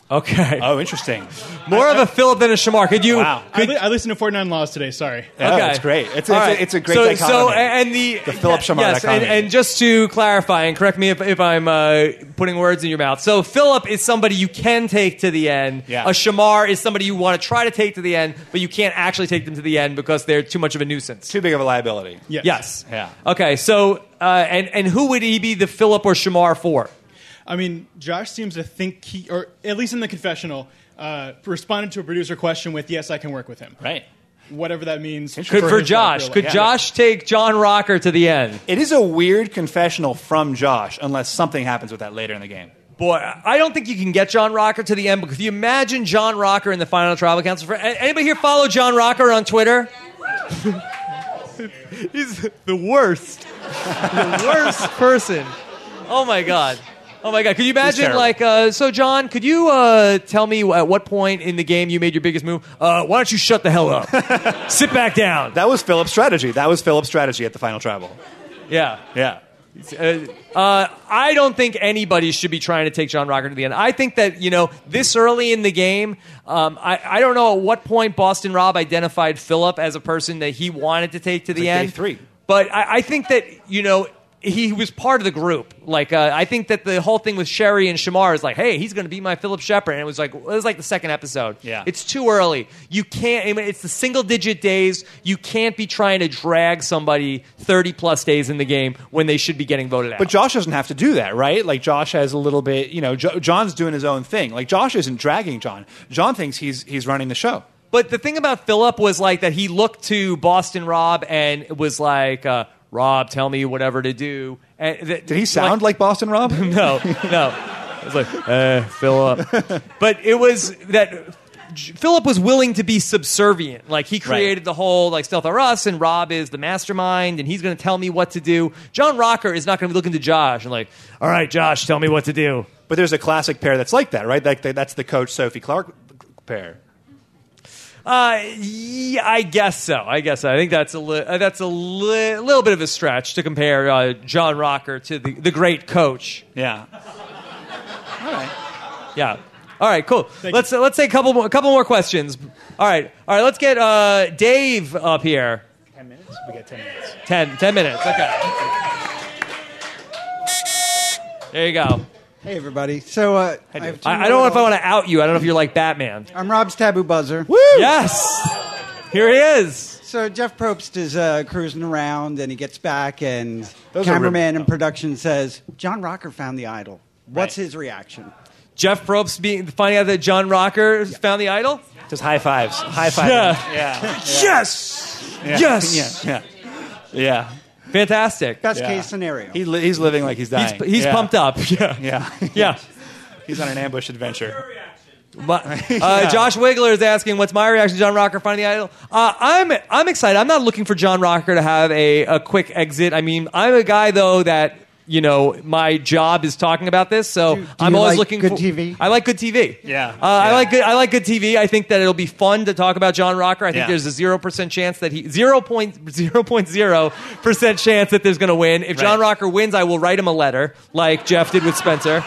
Speaker 3: Okay.
Speaker 4: Oh, interesting.
Speaker 3: More of a Philip than a Shamar. Could you? Wow.
Speaker 13: I, li- I listened to 49 Laws today, sorry.
Speaker 3: All right. so, So, and the
Speaker 4: The Philip Shamar
Speaker 3: yes, and,
Speaker 4: dichotomy.
Speaker 3: and just to clarify, and correct me if, if I'm uh, putting words in your mouth. So, Philip is somebody you can take to the end.
Speaker 4: Yeah.
Speaker 3: A Shamar is somebody you want to try to take to the end, but you can't actually take them to the end because they're too much of a nuisance,
Speaker 4: too big of a liability.
Speaker 3: Yes.
Speaker 4: Yeah.
Speaker 3: Okay. So, uh, and and who would he be the Philip or Shamar for?
Speaker 13: I mean, Josh seems to think he, or at least in the confessional, uh, responded to a producer question with, yes, I can work with him.
Speaker 4: Right.
Speaker 13: Whatever that means.
Speaker 3: Could for
Speaker 13: his life,
Speaker 3: Josh?
Speaker 13: really.
Speaker 3: Could
Speaker 13: Yeah.
Speaker 3: Josh take John Rocker to the end?
Speaker 4: It is a weird confessional from Josh, unless something happens with that later in the game.
Speaker 3: Boy, I don't think you can get John Rocker to the end because if you imagine John Rocker in the final tribal council. For, a- anybody here follow John Rocker on Twitter? He's the worst, the worst person. Oh my god, oh my god. Could you imagine
Speaker 12: terrible.
Speaker 3: like uh, so? John, could you uh, tell me at what point in the game you made your biggest move? Uh, why don't you shut the hell up? Sit back down.
Speaker 4: That was Philip's strategy. That was Philip's strategy at the final tribal.
Speaker 3: Yeah.
Speaker 4: Yeah.
Speaker 3: Uh, uh, I don't think anybody should be trying to take John Rocker to the end. I think that, you know, this early in the game, um, I, I don't know at what point Boston Rob identified Philip as a person that he wanted to take to
Speaker 4: It's
Speaker 3: the
Speaker 4: like day
Speaker 3: end.
Speaker 4: three.
Speaker 3: But I, I think that, you know, he was part of the group. Like, uh, I think that the whole thing with Sherry and Shamar is like, hey, he's going to be my Philip Shepard. And it was like, it was like the second episode.
Speaker 4: Yeah.
Speaker 3: It's too early. You can't, I mean, it's the single digit days. You can't be trying to drag somebody 30 plus days in the game when they should be getting voted out.
Speaker 4: But Josh doesn't have to do that, right? Like Josh has a little bit, you know. Jo- John's doing his own thing. Like Josh isn't dragging John. John thinks he's he's running the show.
Speaker 3: But the thing about Philip was like that he looked to Boston Rob and it was like, uh, Rob, tell me whatever to do. And th-
Speaker 4: Did he sound like, Boston Rob?
Speaker 3: no, no. It was like, uh, Philip. but it was that J- Philip was willing to be subservient. Like he created the whole like stealth are us, and Rob is the mastermind, and he's going to tell me what to do. John Rocker is not going to be looking to Josh and like, all right, Josh, tell me what to do.
Speaker 4: But there's a classic pair that's like that, right? Like the, that's the coach Sophie Clark pair.
Speaker 3: Uh, yeah, I guess so. I guess so. I think that's a li- uh, that's a li- little bit of a stretch to compare uh, John Rocker to the the great coach.
Speaker 4: Yeah.
Speaker 3: Yeah. All right, cool. let's uh, let's say a couple more, a couple more questions. All right, all right. Let's get uh, Dave up here.
Speaker 12: Ten minutes. We got ten minutes.
Speaker 3: Ten, 10 minutes. Okay. There you go.
Speaker 14: Hey, everybody. So, uh, I, have two
Speaker 3: I, I don't know if I
Speaker 14: little-
Speaker 3: want to out you. I don't know if you're like Batman.
Speaker 14: I'm Rob's taboo buzzer. Woo!
Speaker 3: Yes! Here he is.
Speaker 14: So, Jeff Probst is uh, cruising around and he gets back, and
Speaker 3: Those are
Speaker 14: cameraman and production says, John Rocker found the idol. What's his reaction?
Speaker 3: Jeff Probst being finding out that John Rocker found the idol.
Speaker 4: Just high fives. High five.
Speaker 3: Yeah.
Speaker 4: yeah.
Speaker 3: Yes.
Speaker 4: Yeah.
Speaker 3: Yes.
Speaker 4: Yeah. Yeah.
Speaker 3: Fantastic.
Speaker 4: Best
Speaker 3: Yeah.
Speaker 4: case scenario. He li- he's living like he's
Speaker 3: He's-
Speaker 4: dying.
Speaker 3: he's pumped up. Yeah.
Speaker 4: Yeah.
Speaker 3: Yeah.
Speaker 4: he's on an ambush adventure.
Speaker 3: My- uh, Josh Wiggler is asking, "What's my reaction to John Rocker finding the idol?" Uh, I'm I'm excited. I'm not looking for John Rocker to have a, a quick exit. I mean, I'm a guy though that you know my job is talking about this, so I'm
Speaker 15: you
Speaker 3: always
Speaker 15: like
Speaker 3: looking
Speaker 15: good
Speaker 3: for
Speaker 15: TV?
Speaker 3: I like good TV.
Speaker 4: Yeah.
Speaker 3: Uh, I like good. I like good TV. I think that it'll be fun to talk about John Rocker. I think
Speaker 4: Yeah.
Speaker 3: there's a zero percent chance that he zero point zero point zero percent chance that there's going to win. If John Rocker wins, I will write him a letter like Jeff did with Spencer.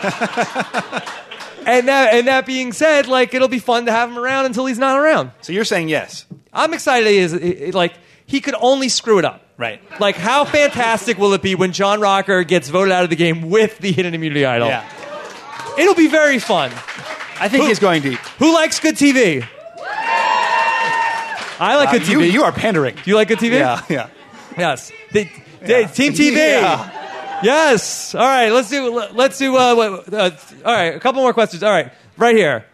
Speaker 3: and that and that being said, like it'll be fun to have him around until he's not around.
Speaker 4: So you're saying yes?
Speaker 3: I'm excited. Is is- like he could only screw it up.
Speaker 4: Right.
Speaker 3: Like, how fantastic will it be when John Rocker gets voted out of the game with the hidden immunity idol?
Speaker 4: Yeah.
Speaker 3: It'll be very fun.
Speaker 4: I think he's going deep.
Speaker 3: Who likes good TV? I like
Speaker 4: Uh,
Speaker 3: good TV.
Speaker 4: you- you are pandering.
Speaker 3: You like good TV?
Speaker 4: Yeah, yeah.
Speaker 3: Yes. The- the- Team TV.
Speaker 4: Yeah.
Speaker 3: Yes. All right. Let's do. Let's do. Uh, what, uh, all right. A couple more questions. All right. Right here.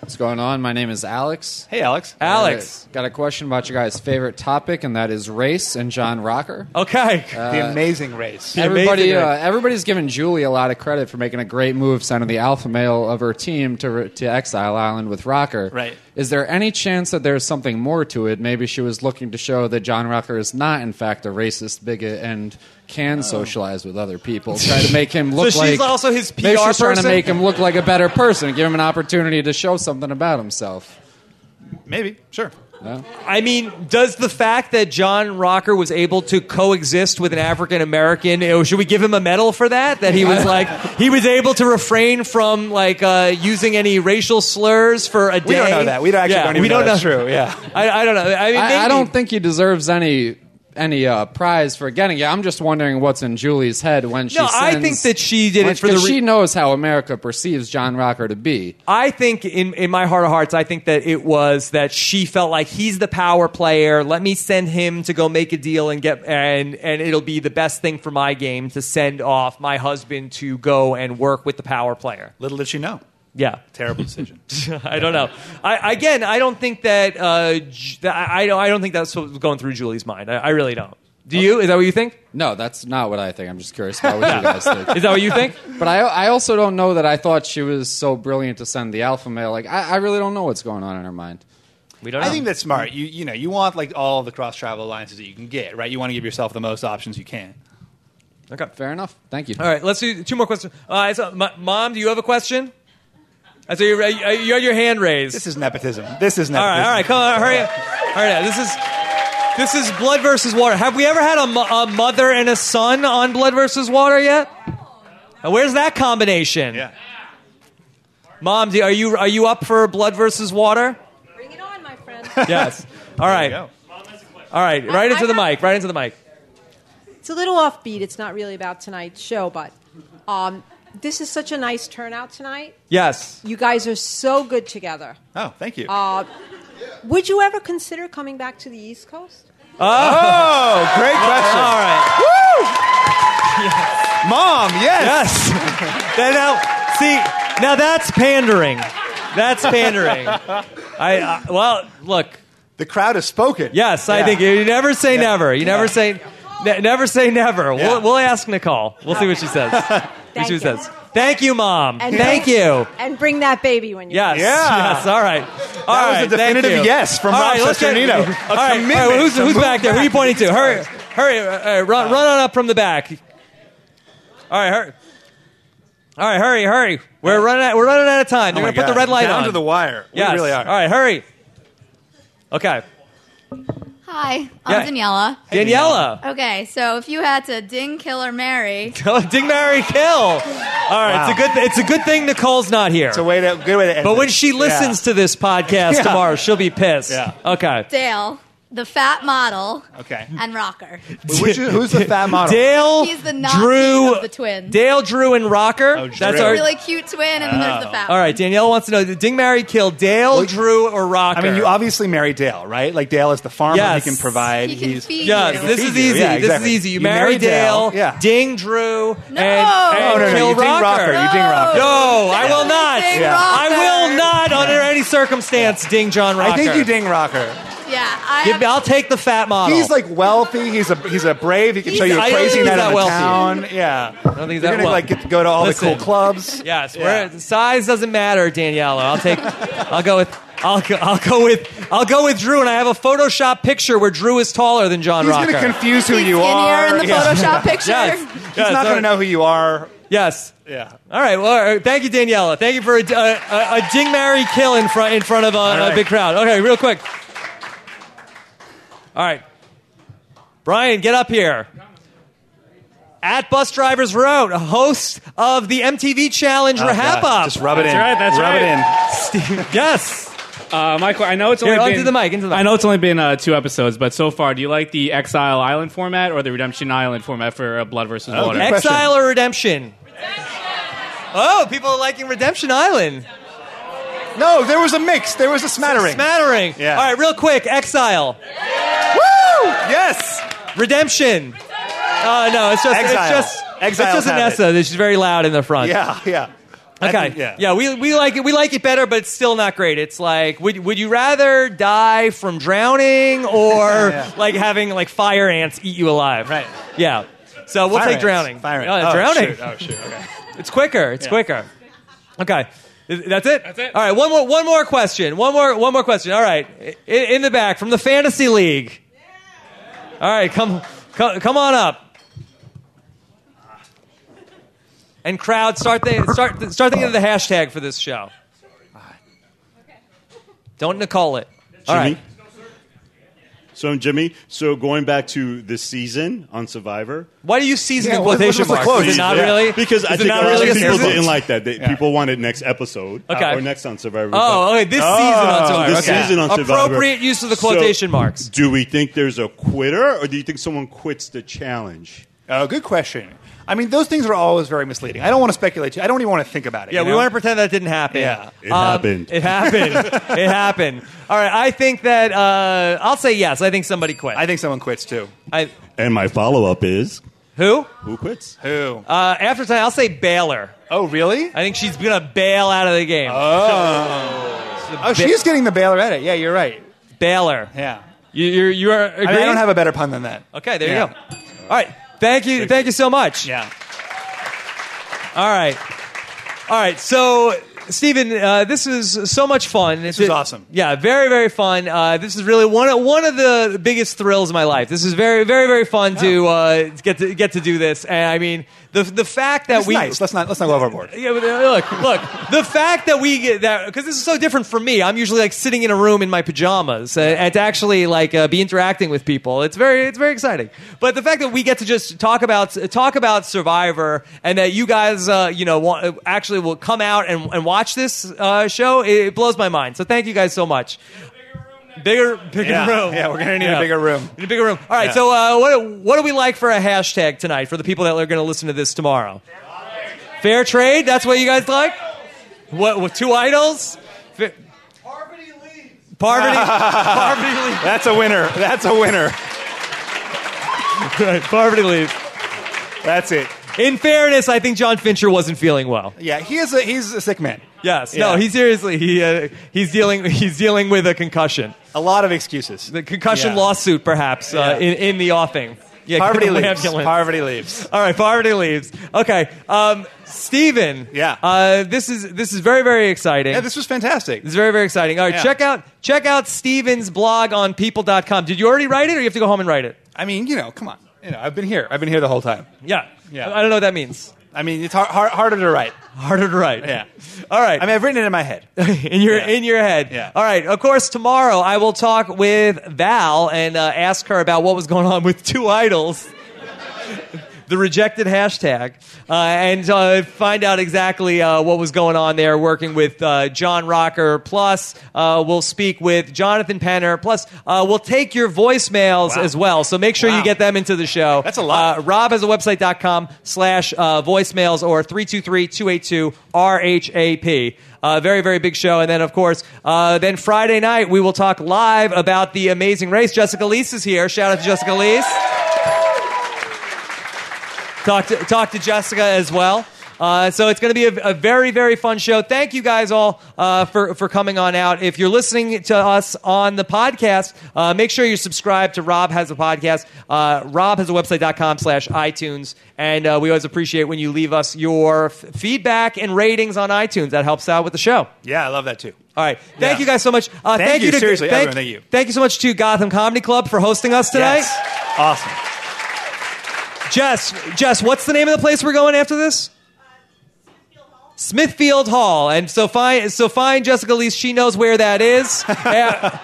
Speaker 16: What's going on? My name is Alex.
Speaker 4: Hey, Alex.
Speaker 3: Alex.
Speaker 16: Got a question about your guys' favorite topic, and that is race and John Rocker.
Speaker 3: Okay.
Speaker 4: the amazing race.
Speaker 16: Uh, Everybody, uh,
Speaker 4: race.
Speaker 16: everybody's given Julie a lot of credit for making a great move, sending the alpha male of her team to to Exile Island with Rocker.
Speaker 4: Right.
Speaker 16: Is there any chance that there's something more to it? Maybe she was looking to show that John Rocker is not, in fact, a racist bigot and
Speaker 7: Oh.
Speaker 16: can socialize with other people. Try to make him
Speaker 3: So
Speaker 16: look
Speaker 3: she's
Speaker 16: like
Speaker 3: also his
Speaker 16: maybe
Speaker 3: PR
Speaker 16: she's trying to
Speaker 3: person?
Speaker 16: make him look like a better person, give him an opportunity to show something about himself.
Speaker 4: Maybe. Sure.
Speaker 3: I mean, does the fact that John Rocker was able to coexist with an African American, oh, should we give him a medal for that? That he was like, he was able to refrain from like uh, using any racial slurs for a day.
Speaker 4: We don't know that. We don't actually
Speaker 3: Yeah,
Speaker 4: don't even
Speaker 3: we don't
Speaker 4: know that's
Speaker 3: know.
Speaker 4: true. Yeah.
Speaker 3: I, I don't know. I mean,
Speaker 16: I, I
Speaker 3: maybe-
Speaker 16: don't think he deserves any any uh, prize for getting it. I'm just wondering what's in Julie's head when she.
Speaker 3: No, I
Speaker 16: sends-
Speaker 3: think that she did it
Speaker 16: when-
Speaker 3: for the
Speaker 16: 'cause
Speaker 3: re-
Speaker 16: she knows how America perceives John Rocker to be.
Speaker 3: I think in, in my heart of hearts, I think that it was that she felt like he's the power player. Let me send him to go make a deal and get and and it'll be the best thing for my game to send off my husband to go and work with the power player.
Speaker 4: Little did she know.
Speaker 3: Yeah.
Speaker 4: Terrible decision.
Speaker 3: I don't know. I, again, I don't think that. Uh, J- that- I I don't. I don't think that's what was going through Julie's mind. I, I really don't. Do you? Is that what you think?
Speaker 16: No, that's not what I think. I'm just curious about what you guys think.
Speaker 3: Is that what you think?
Speaker 16: But I, I also don't know that I thought she was so brilliant to send the alpha male. Like, I, I really don't know what's going on in her mind.
Speaker 3: We
Speaker 4: I think that's smart. You you know you want like all the cross travel alliances that you can get, right? You want to give yourself the most options you can.
Speaker 3: Okay,
Speaker 16: fair enough. Thank you.
Speaker 3: All right, let's do two more questions. Uh, so, m- Mom, do you have a question? I saw you, uh, you had your hand raised. This
Speaker 4: is nepotism. This is
Speaker 3: All right, all right, come on, hurry up. All right, this is this is blood versus water. Have we ever had a, mo- a mother and a son on blood versus water yet? Uh, Where's that combination? Yeah. Mom, do, are you are you up for blood versus water? Bring it on, my friend. Yes. All right. All right, right into the mic. Right into the mic.
Speaker 17: It's a little offbeat. It's not really about tonight's show, but um, this is such a nice turnout tonight.
Speaker 3: Yes.
Speaker 17: You guys are so good together.
Speaker 4: Oh, thank you.
Speaker 17: Uh, would you ever consider coming back to the East Coast?
Speaker 4: Oh, great question.
Speaker 3: All right.
Speaker 4: Woo! Mom, yes.
Speaker 3: Yes. then now, see, now that's pandering. That's pandering. I uh, well, look.
Speaker 4: The crowd has spoken.
Speaker 3: Yes, I
Speaker 4: Yeah.
Speaker 3: think you never say
Speaker 4: Yeah.
Speaker 3: never. You never
Speaker 4: Yeah.
Speaker 3: say ne- never say never.
Speaker 4: Yeah.
Speaker 3: We'll, we'll ask Nicole. We'll see what she says. We'll see what she
Speaker 17: Thank you.
Speaker 3: says. Thank you, mom.
Speaker 17: And
Speaker 3: Thank
Speaker 17: bring-
Speaker 3: you.
Speaker 17: And bring that baby when you.
Speaker 3: Yes.
Speaker 4: Yeah.
Speaker 3: Yes. All right. All
Speaker 4: was
Speaker 3: right,
Speaker 4: a definitive
Speaker 3: thank you.
Speaker 4: yes from
Speaker 3: All
Speaker 4: Rob
Speaker 3: let's get-
Speaker 4: Sesternino.
Speaker 3: All
Speaker 4: A
Speaker 3: right. All right.
Speaker 4: commitment
Speaker 3: Who's,
Speaker 4: to
Speaker 3: who's
Speaker 4: move
Speaker 3: back there? Who are you
Speaker 4: back
Speaker 3: pointing
Speaker 4: to
Speaker 3: to?
Speaker 4: these
Speaker 3: Hurry. Hurry. Uh, run, run on up from the back. All right. Hurry. All right. Hurry. Hurry. We're running. Out, we're running out of time. They're
Speaker 4: Oh my
Speaker 3: gonna put
Speaker 4: God.
Speaker 3: the red light
Speaker 4: Down
Speaker 3: on.
Speaker 4: to the wire. We
Speaker 3: Yes.
Speaker 4: really are.
Speaker 3: All right. Hurry. Okay.
Speaker 18: Hi, I'm
Speaker 3: Yeah.
Speaker 18: Daniela.
Speaker 3: Hey, Daniela.
Speaker 18: Okay, so if you had to ding, kill, or marry,
Speaker 3: Ding, Mary, kill. All right, it's a good. It's a good thing Nicole's not here. It's a
Speaker 4: way to good way to. End
Speaker 3: but when
Speaker 4: this.
Speaker 3: she listens to this podcast
Speaker 18: Yeah.
Speaker 3: tomorrow, she'll be pissed. Yeah. Okay.
Speaker 18: Dale, the fat model
Speaker 3: Okay.
Speaker 18: and rocker.
Speaker 3: Which is, who's the fat
Speaker 4: model?
Speaker 3: Dale,
Speaker 18: He's the not
Speaker 3: Drew,
Speaker 18: of the twins.
Speaker 3: Dale, Drew, and Rocker. Oh,
Speaker 18: That's a really cute twin, and then there's the fat.
Speaker 3: All right, Danielle wants to know: Did Ding Mary kill Dale, Drew, or Rocker?
Speaker 4: I mean, you obviously marry Dale, right? Like Dale is the farmer;
Speaker 3: Yes.
Speaker 4: he can provide.
Speaker 3: He can
Speaker 4: he's,
Speaker 3: feed Yes, you.
Speaker 4: He
Speaker 3: this
Speaker 4: can
Speaker 3: is
Speaker 4: feed you.
Speaker 3: easy.
Speaker 4: Yeah,
Speaker 3: This is
Speaker 4: exactly.
Speaker 3: easy. You marry Dale,
Speaker 4: yeah.
Speaker 3: Ding Drew, and,
Speaker 4: No,
Speaker 3: and
Speaker 4: no, no,
Speaker 3: kill
Speaker 4: you ding
Speaker 3: Rocker.
Speaker 4: Rocker, you ding Rocker.
Speaker 3: No, I will not.
Speaker 18: Ding
Speaker 4: Yeah.
Speaker 3: I
Speaker 18: Rocker.
Speaker 3: will not, under any circumstance, ding John Rocker.
Speaker 4: I think you ding Rocker.
Speaker 18: Yeah, I
Speaker 3: Give me- I'll take the fat model.
Speaker 4: He's like wealthy. He's a he's a brave. He can
Speaker 3: He's-
Speaker 4: show you
Speaker 3: I
Speaker 4: a
Speaker 3: don't
Speaker 4: crazy
Speaker 3: think
Speaker 4: night
Speaker 3: he's
Speaker 4: out
Speaker 3: that
Speaker 4: of
Speaker 3: wealthy.
Speaker 4: town. Yeah, I don't
Speaker 3: think he's
Speaker 4: You're
Speaker 3: that
Speaker 4: gonna
Speaker 3: wealthy.
Speaker 4: like get to go to all the
Speaker 3: Listen.
Speaker 4: cool clubs.
Speaker 3: Yes, we're, size doesn't matter, Daniela. I'll take. I'll go with. I'll go, I'll go with. I'll go with Drew, and I have a Photoshop picture where Drew is taller than John
Speaker 4: He's
Speaker 3: Rocker.
Speaker 4: gonna confuse who Is he you skinnier are. in the Yeah. Photoshop picture?
Speaker 3: Yes.
Speaker 4: He's not gonna know
Speaker 3: who you are. Yes.
Speaker 4: Yeah.
Speaker 3: All right. Well, all right. thank you, Daniela. Thank you for a, a, a, a ding Mary kill in front in front of a, a
Speaker 4: right.
Speaker 3: big crowd. Okay, real quick. All right, Brian, get up here. At Bus Drivers Road, host of the MTV Challenge
Speaker 4: Oh,
Speaker 3: Rehab
Speaker 4: God.
Speaker 3: Up.
Speaker 4: Just rub it
Speaker 3: that's
Speaker 4: in.
Speaker 3: Right, that's
Speaker 4: Rub it
Speaker 3: right. It in. yes.
Speaker 7: Uh, Michael, I know it's
Speaker 3: Here,
Speaker 7: only
Speaker 3: onto
Speaker 7: been,
Speaker 3: the mic, into the mic.
Speaker 7: I know it's only been uh, two episodes, but so far, do you like the Exile Island format or the Redemption Island format for uh, Blood versus Water?
Speaker 3: Exile or Redemption? Oh, people are liking Redemption Island.
Speaker 4: No, there was a mix. There was a smattering.
Speaker 3: Smattering.
Speaker 4: Yeah.
Speaker 3: All right, real quick. Exile.
Speaker 4: Woo!
Speaker 3: Yes. Redemption. Oh no, it's just
Speaker 4: Exile.
Speaker 3: it's just
Speaker 4: Exiles
Speaker 3: it's just
Speaker 4: have
Speaker 3: Anessa. She's very loud in the front.
Speaker 4: Yeah, yeah. I
Speaker 3: Okay.
Speaker 4: think- yeah.
Speaker 3: we, we like it. We like it better, but it's still not great. It's like, would, would you rather die from drowning or
Speaker 4: Yeah.
Speaker 3: like having like fire ants eat you alive? Right. Yeah. So we'll
Speaker 4: Fire
Speaker 3: take
Speaker 4: ants.
Speaker 3: drowning.
Speaker 4: Fire ants.
Speaker 3: Yeah,
Speaker 4: Oh,
Speaker 3: drowning.
Speaker 4: shoot. Oh, shoot. Okay.
Speaker 3: It's quicker. It's
Speaker 4: Yeah.
Speaker 3: quicker. Okay. Is- That's it.
Speaker 4: That's it.
Speaker 3: All right. One more. One more question. One more. One more question. All right. I- In, the back from the fantasy league. All right. Come. Come, come on up. And crowd, start thi- start start thinking of the hashtag for this show. Don't Nicole it. All right.
Speaker 15: Jimmy. So I'm Jimmy. So going back to this season on Survivor.
Speaker 3: Why do you season in quotation marks? Is it not
Speaker 15: Yeah.
Speaker 3: really?
Speaker 15: Because
Speaker 3: Is
Speaker 15: I
Speaker 3: it
Speaker 15: think
Speaker 3: not
Speaker 15: a lot
Speaker 3: really a
Speaker 15: of people
Speaker 3: season?
Speaker 15: didn't like that. They, People wanted next episode uh,
Speaker 3: Okay.
Speaker 15: or next on Survivor.
Speaker 3: Oh,
Speaker 15: but-
Speaker 3: okay. This season on Survivor.
Speaker 15: This
Speaker 3: Okay.
Speaker 15: season on Survivor.
Speaker 3: Appropriate use of the quotation marks.
Speaker 15: Do we think there's a quitter, or do you think someone quits the challenge?
Speaker 4: Oh, good question. I mean, those things are always very misleading. I don't want to speculate. Too. I don't even want to think about it.
Speaker 3: Yeah,
Speaker 4: you
Speaker 3: we
Speaker 4: know?
Speaker 3: want to pretend that didn't happen.
Speaker 4: Yeah. It
Speaker 15: happened.
Speaker 3: Um, It happened. it happened. All right, I think that uh, I'll say yes. I think somebody quit. I
Speaker 4: think someone quits too.
Speaker 3: I
Speaker 15: And my follow up is
Speaker 3: who?
Speaker 15: Who quits?
Speaker 4: Who?
Speaker 3: Uh, after tonight, I'll say Baylor.
Speaker 4: Oh, really? I
Speaker 3: think she's gonna bail out of the game.
Speaker 4: Oh. Oh, she's getting the Baylor edit. Yeah, you're right.
Speaker 3: Baylor.
Speaker 4: Yeah.
Speaker 3: You you're, you are.
Speaker 4: I, mean, I don't have a better pun than that.
Speaker 3: Okay, there
Speaker 4: Yeah.
Speaker 3: you go. All right, thank you, thank you so much.
Speaker 4: Yeah.
Speaker 3: All right, all right. So, Stephen, uh, this is so much fun. This
Speaker 4: was awesome.
Speaker 3: Yeah, very very fun. Uh, this is really one of, one of the biggest thrills of my life. This is very very very fun to uh, get to get to do this. And I mean, the the fact that
Speaker 4: It's
Speaker 3: we
Speaker 4: nice. Let's not let's not go overboard.
Speaker 3: yeah, but uh, look, look. The fact that we get that because this is so different for me. I'm usually like sitting in a room in my pajamas, uh, and to actually like uh, be interacting with people, it's very, it's very exciting. But the fact that we get to just talk about talk about Survivor, and that you guys, uh, you know, wa- actually will come out and, and watch this uh, show, it, it blows my mind. So thank you guys so much. Bigger, bigger
Speaker 4: Yeah.
Speaker 3: room.
Speaker 4: Yeah, we're gonna need a bigger room.
Speaker 3: Need a bigger room. All right.
Speaker 4: Yeah.
Speaker 3: So, uh, what what do we like for a hashtag tonight for the people that are going to listen to this tomorrow? Fair trade. That's what you guys like. What with two idols? Fa- Poverty leaves. Poverty. poverty leaves.
Speaker 4: That's a winner. That's a winner.
Speaker 3: right. Poverty leaves.
Speaker 4: That's it.
Speaker 3: In fairness, I think John Fincher wasn't feeling well.
Speaker 4: Yeah, he is a he's a sick man.
Speaker 3: Yes. No.
Speaker 4: Yeah.
Speaker 3: He seriously. He uh, he's dealing. He's dealing with a concussion.
Speaker 4: A lot of excuses.
Speaker 3: The concussion
Speaker 4: Yeah.
Speaker 3: lawsuit, perhaps, uh, in in the offing. Yeah.
Speaker 4: Poverty
Speaker 3: get the
Speaker 4: leaves.
Speaker 3: ambulance.
Speaker 4: Poverty leaves.
Speaker 3: All right, poverty leaves. Okay, um, Stephen. Yeah. Uh, this is this is very very exciting.
Speaker 4: Yeah, this was fantastic.
Speaker 3: This is very very exciting. All right,
Speaker 4: Yeah.
Speaker 3: check out check out Steven's blog on people.com. Did you already write it, or you have to go home and write it?
Speaker 4: I mean, you know, come on. You know, I've been here. I've been here the whole time.
Speaker 3: Yeah.
Speaker 4: Yeah.
Speaker 3: I I don't know what that means.
Speaker 4: I mean, it's hard, hard, harder to write.
Speaker 3: Harder to write.
Speaker 4: Yeah.
Speaker 3: All right.
Speaker 4: I mean, I've written it in my head.
Speaker 3: in your in your head. Yeah. All right. Of course, tomorrow I will talk with Val and uh, ask her about what was going on with Two Idols. the rejected hashtag, uh, and uh, find out exactly uh, what was going on there working with uh, John Rocker. Plus, uh, we'll speak with Jonathan Penner. Plus, uh, we'll take your voicemails as well. So make sure you get them into the show. That's a lot. Uh, Rob has a website.com slash uh, voicemails or 323-282-RHAP. Uh, very, very big show. And then, of course, uh, then Friday night, we will talk live about the amazing race. Jessica Lees is here. Shout out to Jessica Lees talk to, talk to Jessica as well. Uh, so it's going to be a, a very very fun show. Thank you guys all uh, for for coming on out. If you're listening to us on the podcast, uh, make sure you subscribe to Rob Has a Podcast. Uh, Rob has a website.com slash iTunes, and uh, we always appreciate when you leave us your f- feedback and ratings on iTunes. That helps out with the show.
Speaker 4: Yeah, I love that too.
Speaker 3: All right. Thank
Speaker 4: Yeah.
Speaker 3: you guys so much. Uh,
Speaker 4: Thank
Speaker 3: thank,
Speaker 4: you.
Speaker 3: to,
Speaker 4: Seriously, everyone, thank you.
Speaker 3: Thank you so much to Gotham Comedy Club for hosting us tonight.
Speaker 4: Yes. Awesome.
Speaker 3: Jess, Jess, what's the name of the place we're going after this? Smithfield Hall, and so find so find Jessica Lee. She knows where that is. Yeah.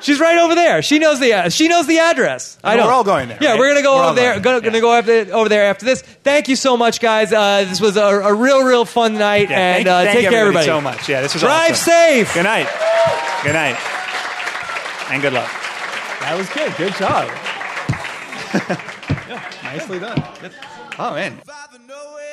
Speaker 3: She's right over there. She knows the uh, she knows the address.
Speaker 4: And
Speaker 3: I know
Speaker 4: we're all going there,
Speaker 3: Yeah,
Speaker 4: right?
Speaker 3: we're gonna go
Speaker 4: We're all
Speaker 3: over there.
Speaker 4: going.
Speaker 3: Gonna, gonna go after, over there after this. Thank you so much, guys. Uh, this was a, a real real fun night,
Speaker 4: Yeah,
Speaker 3: and
Speaker 4: thank-
Speaker 3: uh,
Speaker 4: thank
Speaker 3: take care,
Speaker 4: everybody
Speaker 3: everybody.
Speaker 4: so much. Yeah, this was
Speaker 3: drive
Speaker 4: awesome.
Speaker 3: safe.
Speaker 4: Good night. Good night. And good luck.
Speaker 3: That was good. Good job.
Speaker 4: Nicely done. Oh man.